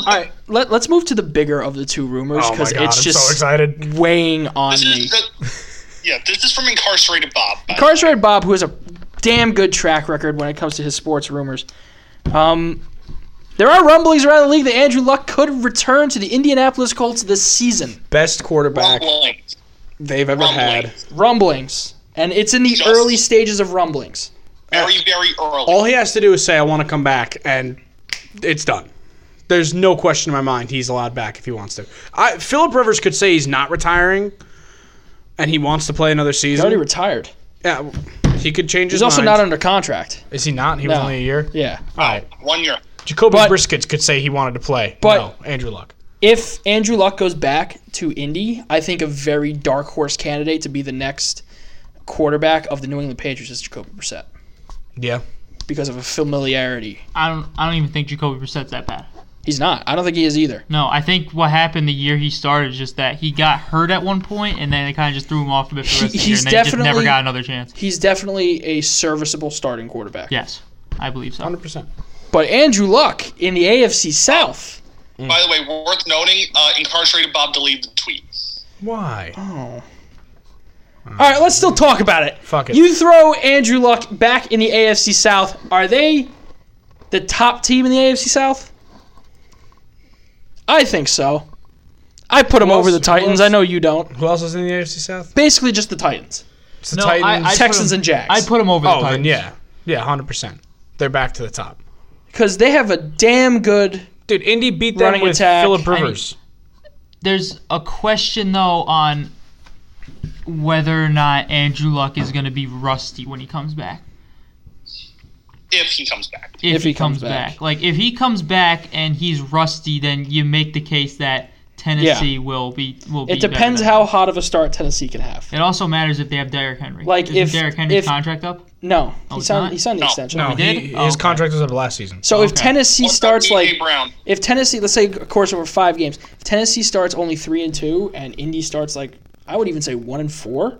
Speaker 1: all right, let, let's move to the bigger of the two rumors
Speaker 2: Oh my
Speaker 1: because
Speaker 2: god!
Speaker 1: it's
Speaker 2: I'm so
Speaker 1: just
Speaker 2: excited.
Speaker 1: weighing on
Speaker 3: This
Speaker 1: me.
Speaker 3: is the, yeah, this is from incarcerated Bob. by the way.
Speaker 1: Carcerate Bob, who has a damn good track record when it comes to his sports rumors. Um, there are rumblings around the league that Andrew Luck could return to the Indianapolis Colts this season.
Speaker 2: Best quarterback
Speaker 3: Rumbling.
Speaker 2: they've ever had.
Speaker 3: Rumbling.
Speaker 1: Rumblings, and it's in the
Speaker 3: Just-
Speaker 1: early stages of rumblings.
Speaker 3: Very, very early.
Speaker 2: All he has to do is say, "I want to come back," and it's done. There's no question in my mind he's allowed back if he wants to. I, Philip Rivers could say he's not retiring, and he wants to play another
Speaker 1: He's already
Speaker 2: season.
Speaker 1: retired.
Speaker 2: Yeah, he could change his
Speaker 1: He's also
Speaker 2: mind.
Speaker 1: not under contract.
Speaker 2: is he not? He was
Speaker 1: No.
Speaker 2: only a year.
Speaker 1: Yeah.
Speaker 2: All right.
Speaker 3: One year.
Speaker 2: Jacoby
Speaker 1: But-
Speaker 2: Briskets could say he wanted to play.
Speaker 1: But-
Speaker 2: no, Andrew Luck.
Speaker 1: If Andrew Luck goes back to Indy, I think a very dark horse candidate to be the next quarterback of the New England Patriots is Jacoby Brissett
Speaker 2: Yeah.
Speaker 1: because of a familiarity.
Speaker 9: I don't. I don't even think Jacoby Brissett's that bad.
Speaker 1: He's not. I don't think he is either.
Speaker 9: No, I think what happened the year he started is just that he got hurt at one point, and then it kind of just threw him off a bit for the rest of the year,
Speaker 1: He's
Speaker 9: and then he just never
Speaker 1: definitely-
Speaker 9: got another chance.
Speaker 1: He's definitely a serviceable starting quarterback.
Speaker 9: Yes, I believe so.
Speaker 2: 100%.
Speaker 1: But Andrew Luck in the AFC South.
Speaker 2: Mm.
Speaker 3: By the way, worth noting, uh, incarcerated Bob deleted the tweet.
Speaker 2: Why?
Speaker 1: All right, let's still talk about it.
Speaker 2: Fuck it.
Speaker 1: You throw Andrew Luck back in the AFC South. Are they the top team in the AFC South? I think so. I put them over
Speaker 2: else-
Speaker 1: the Titans.
Speaker 2: who else-
Speaker 1: I know you don't.
Speaker 2: Who else is in the AFC South?
Speaker 1: Basically, just the Titans,
Speaker 2: It's the
Speaker 9: No, I-
Speaker 2: Titans.
Speaker 9: I'd put
Speaker 1: Texans,
Speaker 9: him-
Speaker 1: and Jags.
Speaker 9: I'd put him over the
Speaker 2: oh, then
Speaker 9: Titans.
Speaker 2: yeah. Yeah, 100%. They're back to the top.
Speaker 1: because they have a damn good.
Speaker 2: Dude, Indy beat
Speaker 1: them
Speaker 2: them
Speaker 1: Running with
Speaker 2: with
Speaker 1: attack. Phillip
Speaker 2: Philip
Speaker 9: Rivers.
Speaker 2: Rivers.
Speaker 9: There's a question though on whether or not Andrew Luck is going to be rusty when he comes back.
Speaker 3: if he comes back.
Speaker 9: if, he comes, back. Like if he comes back and he's rusty, then you make the case that Tennessee will be will be.
Speaker 1: It depends
Speaker 9: better than-
Speaker 1: how hot of a start Tennessee can have.
Speaker 9: It also matters if they have Derrick Henry.
Speaker 1: Like,
Speaker 9: Isn't
Speaker 1: if-
Speaker 9: Derrick Henry's
Speaker 1: if-
Speaker 9: contract up,
Speaker 1: No, he
Speaker 9: Oh, it's
Speaker 1: signed,
Speaker 9: not?
Speaker 1: he signed the
Speaker 3: No.
Speaker 1: extension.
Speaker 2: No, he,
Speaker 9: We did?
Speaker 2: his
Speaker 9: Oh, okay.
Speaker 2: contract was up last season.
Speaker 1: So if
Speaker 9: Okay.
Speaker 1: Tennessee
Speaker 3: What about
Speaker 1: starts
Speaker 3: AJ
Speaker 1: like
Speaker 3: Brown.
Speaker 1: if Tennessee, let's say of course over five games, if Tennessee starts only three and two, and Indy starts like I would even say one and four,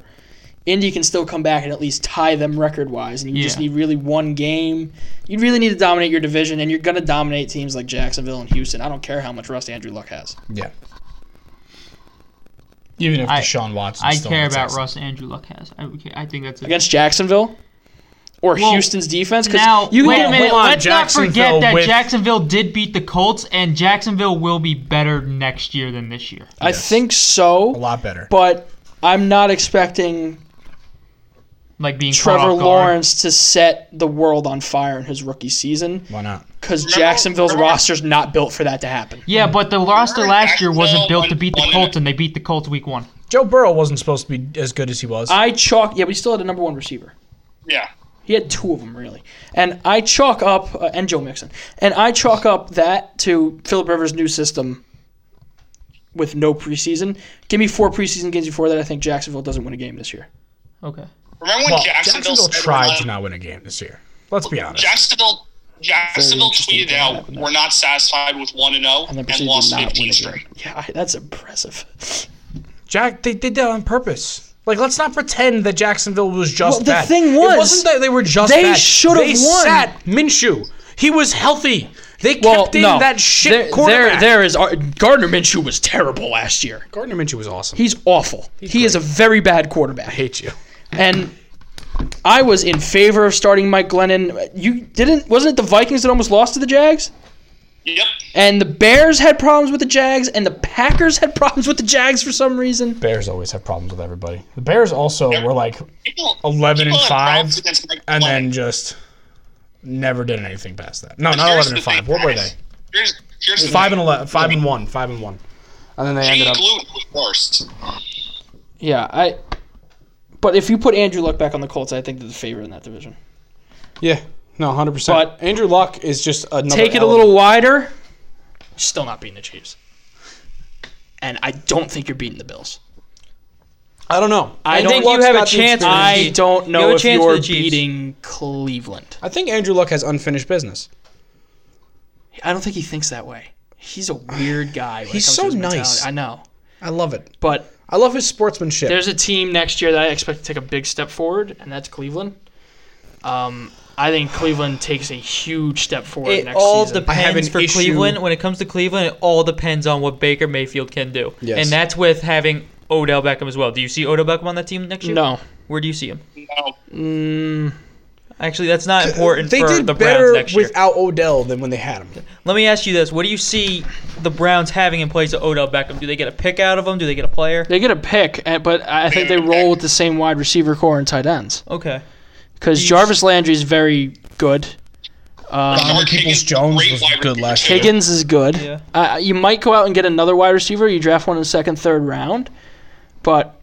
Speaker 1: Indy can still come back and at least tie them record wise, and you just
Speaker 9: Yeah.
Speaker 1: need really one game. You really need to dominate your division, and you're gonna dominate teams like Jacksonville and Houston. I don't care how much rust Andrew Luck has.
Speaker 2: Yeah. Even if
Speaker 9: I-
Speaker 2: Deshaun Watson.
Speaker 9: I care about Russ Andrew Luck has. I, would care- I think that's it.
Speaker 1: against Jacksonville or
Speaker 9: Well,
Speaker 1: Houston's defense because
Speaker 9: Now,
Speaker 1: you can
Speaker 9: wait
Speaker 1: get
Speaker 9: a minute.
Speaker 2: hold on,
Speaker 9: Let's not
Speaker 2: Jacksonville
Speaker 9: forget that
Speaker 2: with-
Speaker 9: Jacksonville did beat the Colts, and Jacksonville will be better next year than this year.
Speaker 1: I think so,
Speaker 2: A lot better.
Speaker 1: but I'm not expecting
Speaker 9: Like being caught
Speaker 1: Trevor
Speaker 9: off guard.
Speaker 1: Lawrence to set the world on fire in his rookie season
Speaker 2: Why not?
Speaker 1: because Jacksonville's
Speaker 3: remember-
Speaker 1: roster's not built for that to happen.
Speaker 9: Yeah, but the roster last year wasn't
Speaker 3: Jacksonville
Speaker 9: built to beat the
Speaker 3: won- won
Speaker 9: Colts, and they beat the Colts week one.
Speaker 2: Joe Burrow wasn't supposed to be as good as he was.
Speaker 1: I chalk. Yeah, we still had a number one receiver.
Speaker 3: Yeah.
Speaker 1: He had two of them really, and I chalk up uh, and Joe Mixon, and I chalk up that to Philip Rivers' new system with no preseason. Give me four preseason games before that. I think Jacksonville doesn't win a game this year.
Speaker 9: Okay.
Speaker 3: Remember when
Speaker 2: well,
Speaker 3: Jacksonville,
Speaker 2: Oh, Jacksonville,
Speaker 3: said
Speaker 2: tried
Speaker 3: we're
Speaker 2: to not win a game this year. Let's be honest.
Speaker 3: Jacksonville Jacksonville
Speaker 1: interesting
Speaker 3: tweeted
Speaker 1: thing that
Speaker 3: out,
Speaker 1: happened there.
Speaker 3: "We're not satisfied with one and zero
Speaker 1: and then
Speaker 3: and
Speaker 1: proceeded
Speaker 3: lost
Speaker 1: to not win
Speaker 3: 15
Speaker 1: a game.
Speaker 3: straight."
Speaker 1: Yeah, I- that's impressive.
Speaker 2: Jack, they did that on purpose. Like, let's not pretend that Jacksonville was just
Speaker 1: Well, the
Speaker 2: bad.
Speaker 1: thing
Speaker 2: it
Speaker 1: was,
Speaker 2: wasn't that they were just
Speaker 1: they
Speaker 2: bad.
Speaker 1: should have
Speaker 2: They
Speaker 1: won.
Speaker 2: sat Minshew. He was healthy. They kept in that shit
Speaker 1: there,
Speaker 2: quarterback.
Speaker 1: There, there is our, Gardner Minshew was terrible last year.
Speaker 2: Gardner Minshew was awesome.
Speaker 1: He's awful. he is a very bad
Speaker 2: I
Speaker 1: quarterback.
Speaker 2: hate you.
Speaker 1: And I was in favor of starting Mike Glennon. You didn't? Wasn't it the Vikings that almost lost to the Jags?
Speaker 3: Yep.
Speaker 1: And the Bears had problems with the Jags, and the Packers had problems with the Jags for some reason.
Speaker 2: Bears always have problems with everybody. The Bears also were like
Speaker 3: People-
Speaker 2: 11 and
Speaker 3: people had
Speaker 2: 5,
Speaker 3: problems against Mike
Speaker 2: and
Speaker 3: Glennon.
Speaker 2: then just never did anything past that. No,
Speaker 3: But
Speaker 2: not
Speaker 3: here's
Speaker 2: eleven and
Speaker 3: the thing,
Speaker 2: five. What were they?
Speaker 3: guys. Here's, here's the
Speaker 2: Five
Speaker 3: thing.
Speaker 2: and eleven. Five and one. Five and one. And then they ended
Speaker 3: Jay
Speaker 2: up.
Speaker 3: Gluten was worst.
Speaker 1: Yeah, I. But if you put Andrew Luck back on the Colts, I think they're the favorite in that division.
Speaker 2: Yeah. No, hundred percent.
Speaker 1: But-
Speaker 2: Andrew Luck is just another.
Speaker 1: take it a
Speaker 2: element.
Speaker 1: little wider, still not beating the Chiefs. And I don't think you're beating the Bills.
Speaker 2: I don't know.
Speaker 1: I,
Speaker 2: Andrew
Speaker 1: think you
Speaker 2: Luck's
Speaker 1: have a
Speaker 2: got the
Speaker 1: chance.
Speaker 2: experience.
Speaker 1: I don't
Speaker 9: You
Speaker 1: know
Speaker 9: have a
Speaker 1: if
Speaker 9: chance for
Speaker 1: you're
Speaker 9: the Chiefs.
Speaker 1: beating Cleveland.
Speaker 2: I think Andrew Luck has unfinished business.
Speaker 1: I don't think he thinks that way. He's a weird guy. when it
Speaker 2: He's
Speaker 1: comes to
Speaker 2: so
Speaker 1: his mentality.
Speaker 2: nice.
Speaker 1: I know,
Speaker 2: I love it.
Speaker 1: but
Speaker 2: I love his sportsmanship.
Speaker 1: there's a team next year that I expect to take a big step forward, and that's Cleveland. Um, I think Cleveland takes a huge step forward
Speaker 11: It
Speaker 1: next
Speaker 11: all
Speaker 1: season.
Speaker 2: I have
Speaker 11: depends
Speaker 2: an
Speaker 11: for
Speaker 2: issue-
Speaker 11: Cleveland. When it comes to Cleveland, it all depends on what Baker Mayfield can do,
Speaker 2: Yes.
Speaker 11: and that's with having Odell Beckham as well. Do you see Odell Beckham on that team next year?
Speaker 1: no,
Speaker 11: Where do you see him?
Speaker 3: No.
Speaker 11: Actually, that's not important
Speaker 2: they
Speaker 11: for
Speaker 2: did
Speaker 11: the Browns
Speaker 2: better
Speaker 11: next year.
Speaker 2: without Odell than when they had him.
Speaker 11: Let me ask you this: What do you see the Browns having in place of Odell Beckham? Do they get a pick out of him? Do they get a player?
Speaker 1: they get a pick, and- but I think they roll with the same wide receiver core and tight ends.
Speaker 11: Okay.
Speaker 1: because Jarvis Landry's very good.
Speaker 2: Donovan Peoples-Jones was good last year.
Speaker 1: Higgins is good.
Speaker 11: Yeah.
Speaker 1: Uh, you might go out and get another wide receiver. You draft one in the second, third round, but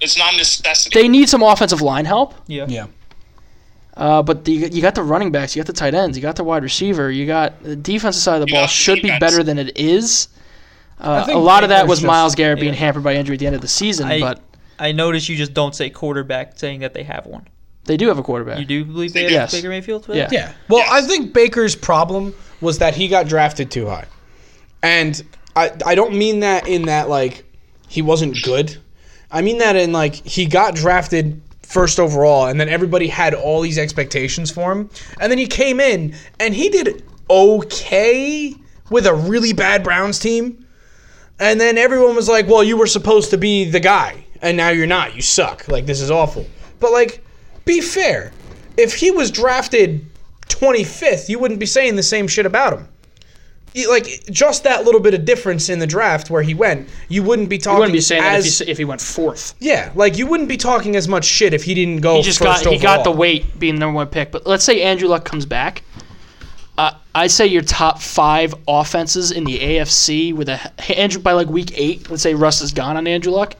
Speaker 3: It's not a necessity.
Speaker 1: they need some offensive line help.
Speaker 11: Yeah.
Speaker 2: Yeah.
Speaker 1: Uh, but the, you got the running backs, you got the tight ends, you got the wide receiver, you got the defensive side of the
Speaker 3: You
Speaker 1: ball
Speaker 3: got the
Speaker 1: should be
Speaker 3: defense.
Speaker 1: better than it is. Uh, a
Speaker 2: think
Speaker 1: lot of that
Speaker 2: Baker's
Speaker 1: was
Speaker 2: just-
Speaker 1: Miles Garrett being hampered by injury at the end of the season,
Speaker 11: I-
Speaker 1: but
Speaker 11: I notice you just don't say quarterback, saying that they have one.
Speaker 1: they do have a quarterback.
Speaker 11: You do believe they have
Speaker 1: Yes.
Speaker 11: Baker Mayfield?
Speaker 1: Yeah.
Speaker 2: Yeah. Well, I think Baker's problem was that he got drafted too high. And I I don't mean that in that like he wasn't good. I mean that in like he got drafted first overall and then everybody had all these expectations for him. And then he came in and he did okay with a really bad Browns team. And then everyone was like, "Well, you were supposed to be the guy, and now you're not. You suck. Like this is awful." But like be fair. If he was drafted 25th, you wouldn't be saying the same shit about him. You- Like just that little bit of difference in the draft where he went, you wouldn't be talking
Speaker 1: I wouldn't be saying that if
Speaker 2: as
Speaker 1: he, s- if he went fourth.
Speaker 2: yeah, like you wouldn't be talking as much shit if he didn't go.
Speaker 1: he just got
Speaker 2: first
Speaker 1: he got the
Speaker 2: overall.
Speaker 1: weight being the number one pick. But let's say Andrew Luck comes back. Uh, I'd say your top five offenses in the AFC with a Andrew by like week eight. Let's say Russ is gone on Andrew Luck.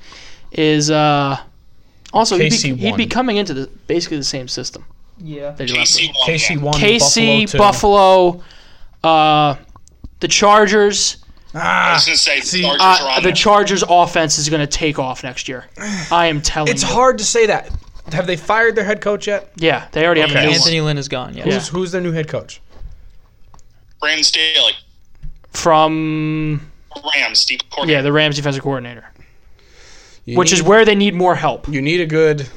Speaker 1: Is uh, also he'd be,
Speaker 2: KC1.
Speaker 1: he'd be coming into the basically the same system.
Speaker 11: Yeah.
Speaker 1: They do have
Speaker 3: KC won. yeah.
Speaker 2: KC won.
Speaker 1: KC,
Speaker 2: two.
Speaker 1: Buffalo, uh, the Chargers.
Speaker 3: I
Speaker 2: Ah,
Speaker 3: was gonna say the Chargers are
Speaker 1: Uh,
Speaker 3: on
Speaker 1: the
Speaker 3: there.
Speaker 1: Chargers offense is going to take off next year. I am telling
Speaker 2: it's
Speaker 1: you.
Speaker 2: hard to say that. Have they fired their head coach yet?
Speaker 1: Yeah, they already have a new one
Speaker 11: Anthony Lynn is gone. Yeah.
Speaker 2: Who's, who's their new head coach?
Speaker 3: Brandon Staley,
Speaker 1: from
Speaker 3: Rams, Steve Courtney.
Speaker 1: yeah the Rams defensive coordinator,
Speaker 2: You
Speaker 1: which
Speaker 2: need,
Speaker 1: is where they need more help.
Speaker 2: you need a good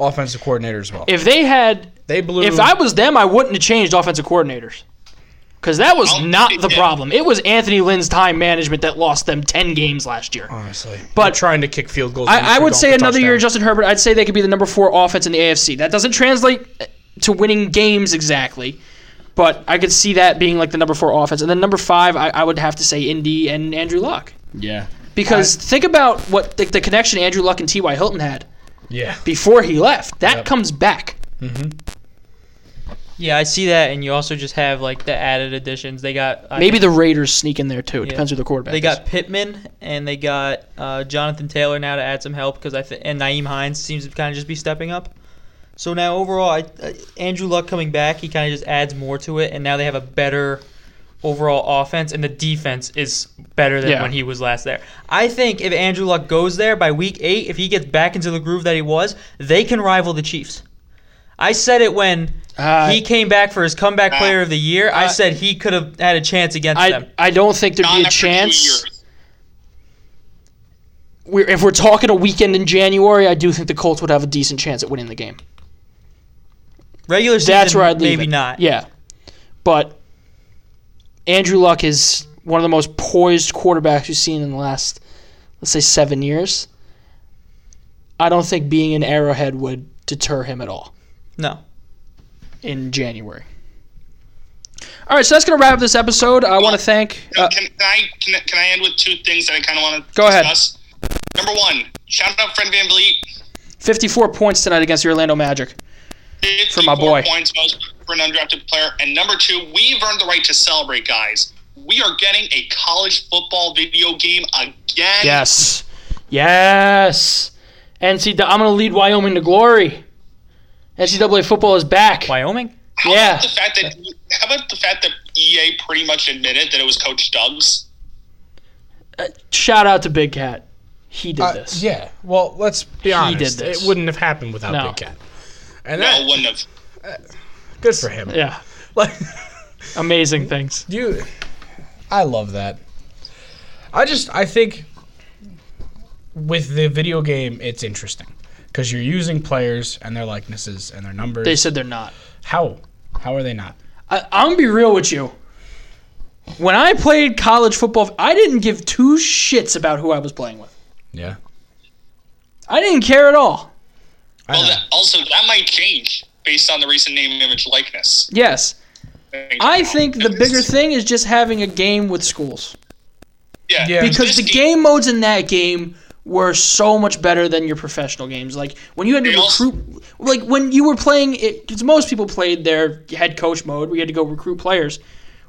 Speaker 2: offensive coordinator as well.
Speaker 1: If they had,
Speaker 2: they blew.
Speaker 1: if I was them, I wouldn't have changed offensive coordinators. Because that was
Speaker 3: Oh,
Speaker 1: not the
Speaker 3: yeah.
Speaker 1: problem. It was Anthony Lynn's time management that lost them 10 games last year.
Speaker 2: honestly,
Speaker 1: But-
Speaker 2: but trying to kick field goals. and
Speaker 1: I, I would
Speaker 2: shoot
Speaker 1: say
Speaker 2: off the
Speaker 1: another year,
Speaker 2: touchdown.
Speaker 1: Justin Herbert. I'd say they could be the number four offense in the AFC. That doesn't translate eh, to winning games exactly, but I could see that being like the number four offense. And then number five, I, I would have to say Indy and Andrew Luck.
Speaker 12: Yeah.
Speaker 1: Because think about what the, the connection Andrew Luck and T.Y. Hilton had
Speaker 2: Yeah.
Speaker 1: before he left. That
Speaker 2: Yep.
Speaker 1: comes back.
Speaker 11: Yeah, I see that, and you also just have like the added additions. They got I
Speaker 1: Maybe the Raiders sneak in there too. Depends who the quarterback
Speaker 11: They
Speaker 1: is.
Speaker 11: got Pittman and they got uh, Jonathan Taylor now to add some help because I think and Naeem Hines seems to kind of just be stepping up. So now overall, I, uh, Andrew Luck coming back, he kind of just adds more to it, and now they have a better overall offense, and the defense is better than
Speaker 1: Yeah.
Speaker 11: when he was last there. I think if Andrew Luck goes there by week eight, if he gets back into the groove that he was, they can rival the Chiefs. I said it when
Speaker 1: Uh,
Speaker 11: he came back for his comeback player of the year. I said he could have had a chance against them.
Speaker 1: I, I don't think there'd
Speaker 3: Not
Speaker 1: be a
Speaker 3: after two
Speaker 1: chance.
Speaker 3: years.
Speaker 1: We're, if we're talking a weekend in January, I do think the Colts would have a decent chance at winning the game.
Speaker 11: Regular season,
Speaker 1: That's where I'd leave
Speaker 11: maybe
Speaker 1: it.
Speaker 11: not.
Speaker 1: Yeah, but Andrew Luck is one of the most poised quarterbacks we've seen in the last, let's say, seven years. I don't think being in Arrowhead would deter him at all
Speaker 11: No.
Speaker 1: in January. All right, so that's gonna wrap up this episode. I want to thank. Uh,
Speaker 3: can, can I can, I- can I end with two things that I kind of want to
Speaker 1: Go ahead.
Speaker 3: discuss? Number one, shout out Fred Van Vliet.
Speaker 1: 54 points tonight against the Orlando Magic. For my boy.
Speaker 3: 54 Points most for an undrafted player. And number two, we've earned the right to celebrate, guys. We are getting a college football video game again.
Speaker 1: Yes. Yes. NCAA, I'm going to lead Wyoming to glory. NCAA football is back.
Speaker 11: Wyoming?
Speaker 3: How
Speaker 1: yeah.
Speaker 3: About the fact that how about the fact that EA pretty much admitted that it was Coach Doug's?
Speaker 1: Shout out to Big Cat. He did
Speaker 2: Uh,
Speaker 1: this.
Speaker 2: yeah. Well, let's be honest.
Speaker 1: did this.
Speaker 2: It wouldn't have happened without
Speaker 1: No.
Speaker 2: Big Cat. And
Speaker 3: No,
Speaker 2: that
Speaker 3: it wouldn't have.
Speaker 2: good for him.
Speaker 1: Yeah.
Speaker 2: Like
Speaker 1: Amazing things.
Speaker 2: you, I love that. I just I think with the video game, it's interesting because you're using players and their likenesses and their numbers.
Speaker 1: They said they're not.
Speaker 2: how how are they not?
Speaker 1: I, I'm going to be real with you. When I played college football, I didn't give two shits about who I was playing with.
Speaker 2: Yeah.
Speaker 1: I didn't care at all.
Speaker 2: I
Speaker 3: Well,
Speaker 2: know.
Speaker 3: that, also that might change based on the recent name, image, likeness.
Speaker 1: Yes. I think the bigger thing is just having a game with schools.
Speaker 3: yeah,
Speaker 2: Yeah.
Speaker 1: because
Speaker 3: This
Speaker 1: the
Speaker 3: game-
Speaker 1: game modes in that game were so much better than your professional games. Like when you had to
Speaker 3: They also-
Speaker 1: recruit, like when you were playing it, because most people played their head coach mode, we had to go recruit players.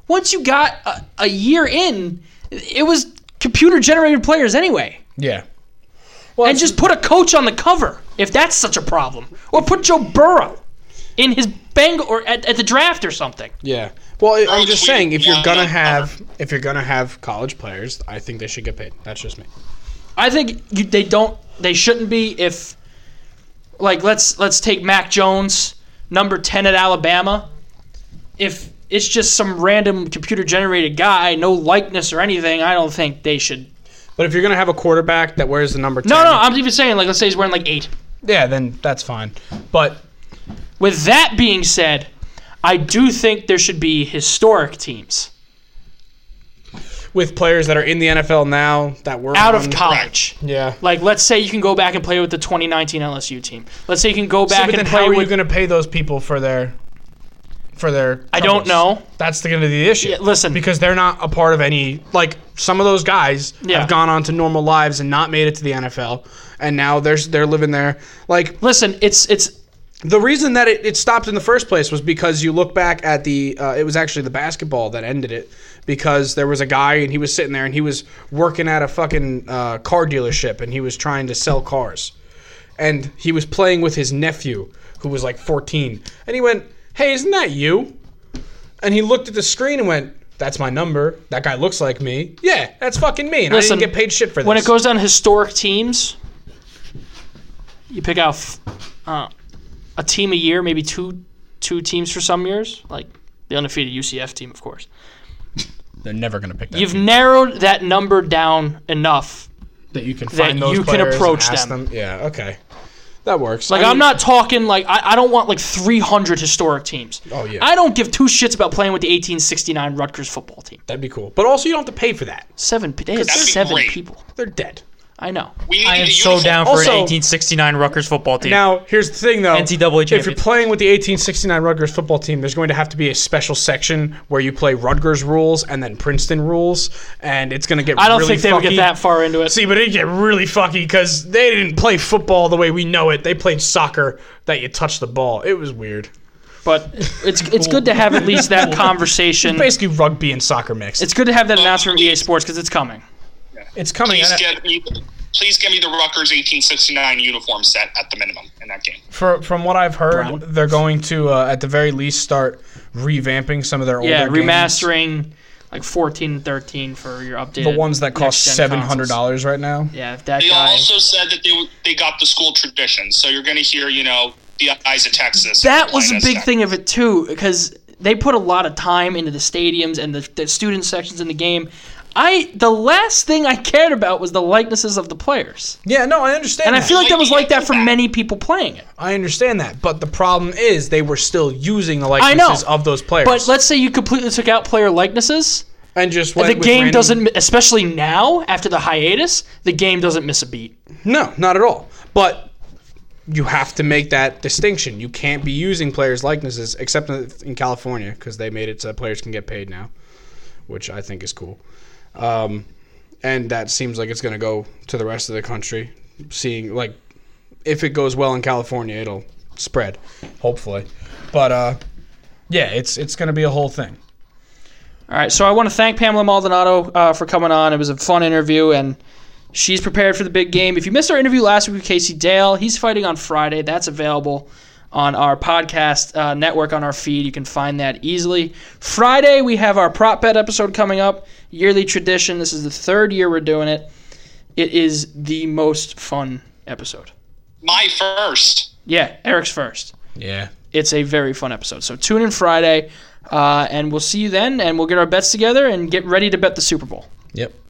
Speaker 1: Once you got a, a year in, it was computer generated players anyway.
Speaker 2: Yeah.
Speaker 1: and just put a coach on the cover if that's such a problem, or put Joe Burrow in his Bengal or at, at the draft or something.
Speaker 2: Yeah. Well, I- I'm
Speaker 3: Earl
Speaker 2: just
Speaker 3: Tweed,
Speaker 2: saying if you're
Speaker 3: one
Speaker 2: gonna
Speaker 3: on
Speaker 2: have if you're gonna have college players, I think they should get paid. That's just me.
Speaker 1: I think you, they don't. They shouldn't be if, like, let's let's take Mac Jones, number ten at Alabama. If it's just some random computer generated guy, no likeness or anything, I don't think they should.
Speaker 2: But if you're gonna have a quarterback that wears the number ten,
Speaker 1: No, no, I'm even saying like let's say he's wearing like eight.
Speaker 2: yeah, then that's fine. But
Speaker 1: With that being said, I do think there should be historic teams
Speaker 2: with players that are in the NFL now that were
Speaker 1: out
Speaker 2: on-
Speaker 1: of college.
Speaker 2: yeah.
Speaker 1: Like let's say you can go back and play with the 2019 LSU team. Let's say you can go
Speaker 2: Yeah,
Speaker 1: back
Speaker 2: but then
Speaker 1: and
Speaker 2: how
Speaker 1: play
Speaker 2: are you
Speaker 1: with.
Speaker 2: going to pay those people for their for their?
Speaker 1: I don't
Speaker 2: troubles?
Speaker 1: know.
Speaker 2: That's going to be the issue.
Speaker 1: Yeah, listen.
Speaker 2: because they're not a part of any. Like some of those guys
Speaker 1: Yeah.
Speaker 2: have gone on to normal lives and not made it to the NFL, and now they're they're living there. Like
Speaker 1: Listen, it's it's
Speaker 2: the reason that it, it stopped in the first place was because you look back at the uh, it was actually the basketball that ended it because there was a guy and he was sitting there and he was working at a fucking uh, car dealership and he was trying to sell cars and he was playing with his nephew who was like 14, and he went, "Hey, isn't that you?" And he looked at the screen and went, "That's my number. That guy looks like me. Yeah, that's fucking me." And
Speaker 1: Listen,
Speaker 2: I didn't get paid shit for this.
Speaker 1: When it goes down to historic teams, you pick out f- uh, a team a year, maybe two two teams for some years, like the undefeated UCF team, of course.
Speaker 2: they're never gonna pick that.
Speaker 1: You've narrowed that number down enough
Speaker 2: that you can find those
Speaker 1: you can
Speaker 2: players and
Speaker 1: approach
Speaker 2: ask
Speaker 1: them.
Speaker 2: Yeah, okay, that works.
Speaker 1: Like
Speaker 2: I
Speaker 1: I'm
Speaker 2: mean,
Speaker 1: not talking like I, I don't want like 300 historic teams.
Speaker 2: Oh, yeah.
Speaker 1: I don't give two shits about playing with the 1869 Rutgers football team.
Speaker 2: That'd be cool, but also you don't have to pay for that.
Speaker 1: Seven. pe- They had
Speaker 3: That'd be
Speaker 1: seven
Speaker 3: great.
Speaker 1: people.
Speaker 2: They're dead.
Speaker 1: I know.
Speaker 3: We
Speaker 11: I
Speaker 3: need
Speaker 11: am
Speaker 3: a
Speaker 11: so
Speaker 3: uniform.
Speaker 11: down for
Speaker 2: Also-
Speaker 11: an 1869 Rutgers football team.
Speaker 2: Now, here's the thing, though.
Speaker 11: NCAA
Speaker 2: If you're
Speaker 11: champions.
Speaker 2: playing with the 1869 Rutgers football team, there's going to have to be a special section where you play Rutgers rules and then Princeton rules, and it's going to get.
Speaker 1: I don't
Speaker 2: really
Speaker 1: think they would
Speaker 2: fucky.
Speaker 1: get that far into it.
Speaker 2: See, but it get really fucky because they didn't play football the way we know it. They played soccer that you touch the ball. It was weird.
Speaker 1: but it's it's good to have at least that conversation.
Speaker 2: Basically, rugusy and soccer mixed.
Speaker 1: It's good to have that announcement from EA Sports because it's coming.
Speaker 2: It's coming.
Speaker 3: Please
Speaker 2: and I-
Speaker 3: get me. Please get me the Rutgers 1869 uniform set at the minimum in that game.
Speaker 2: For, from what I've heard, they're going to uh, at the very least start revamping some of their older
Speaker 1: Yeah,
Speaker 2: games.
Speaker 1: remastering like 14 and 13 for your updated.
Speaker 2: The ones that cost
Speaker 1: next-gen
Speaker 2: seven hundred
Speaker 1: consoles.
Speaker 2: dollars right now.
Speaker 1: Yeah, if that
Speaker 3: They
Speaker 1: guy.
Speaker 3: also said that they w- they got the school tradition, so you're going to hear, you know, the eyes of Texas.
Speaker 1: that was a
Speaker 3: Linus
Speaker 1: big
Speaker 3: Tech.
Speaker 1: thing of it too because they put a lot of time into the stadiums and the, the student sections in the game i the last thing i cared about was the likenesses of the players
Speaker 2: Yeah, no, I understand.
Speaker 1: and i
Speaker 2: that.
Speaker 1: feel like that was like that for many people playing it
Speaker 2: I understand that, but the problem is they were still using the
Speaker 1: I know.
Speaker 2: likenesses of those players.
Speaker 1: but let's say you completely took out player likenesses
Speaker 2: and just went
Speaker 1: the
Speaker 2: with
Speaker 1: game
Speaker 2: random-
Speaker 1: doesn't mi- especially now after the hiatus the game doesn't miss a beat
Speaker 2: No, not at all. But you have to make that distinction. You can't be using players' likenesses, except in in California, because they made it so players can get paid now, which I think is cool. Um, and that seems like it's going to go to the rest of the country. Seeing like if it goes well in California, it'll spread, hopefully. But uh, yeah, it's it's going to be a whole thing.
Speaker 1: all right so i want to thank pamela maldonado uh, for coming on it was a fun interview and She's prepared for the big game. If you missed our interview last week with Casey Dale, he's fighting on Friday. That's available on our podcast uh, network on our feed. You can find that easily. Friday, we have our prop bet episode coming up, yearly tradition. This is the third year we're doing it. It is the most fun episode.
Speaker 3: My first.
Speaker 1: Yeah, Eric's first.
Speaker 2: Yeah.
Speaker 1: It's a very fun episode. So tune in Friday, uh, and we'll see you then, and we'll get our bets together and get ready to bet the Super Bowl.
Speaker 2: Yep.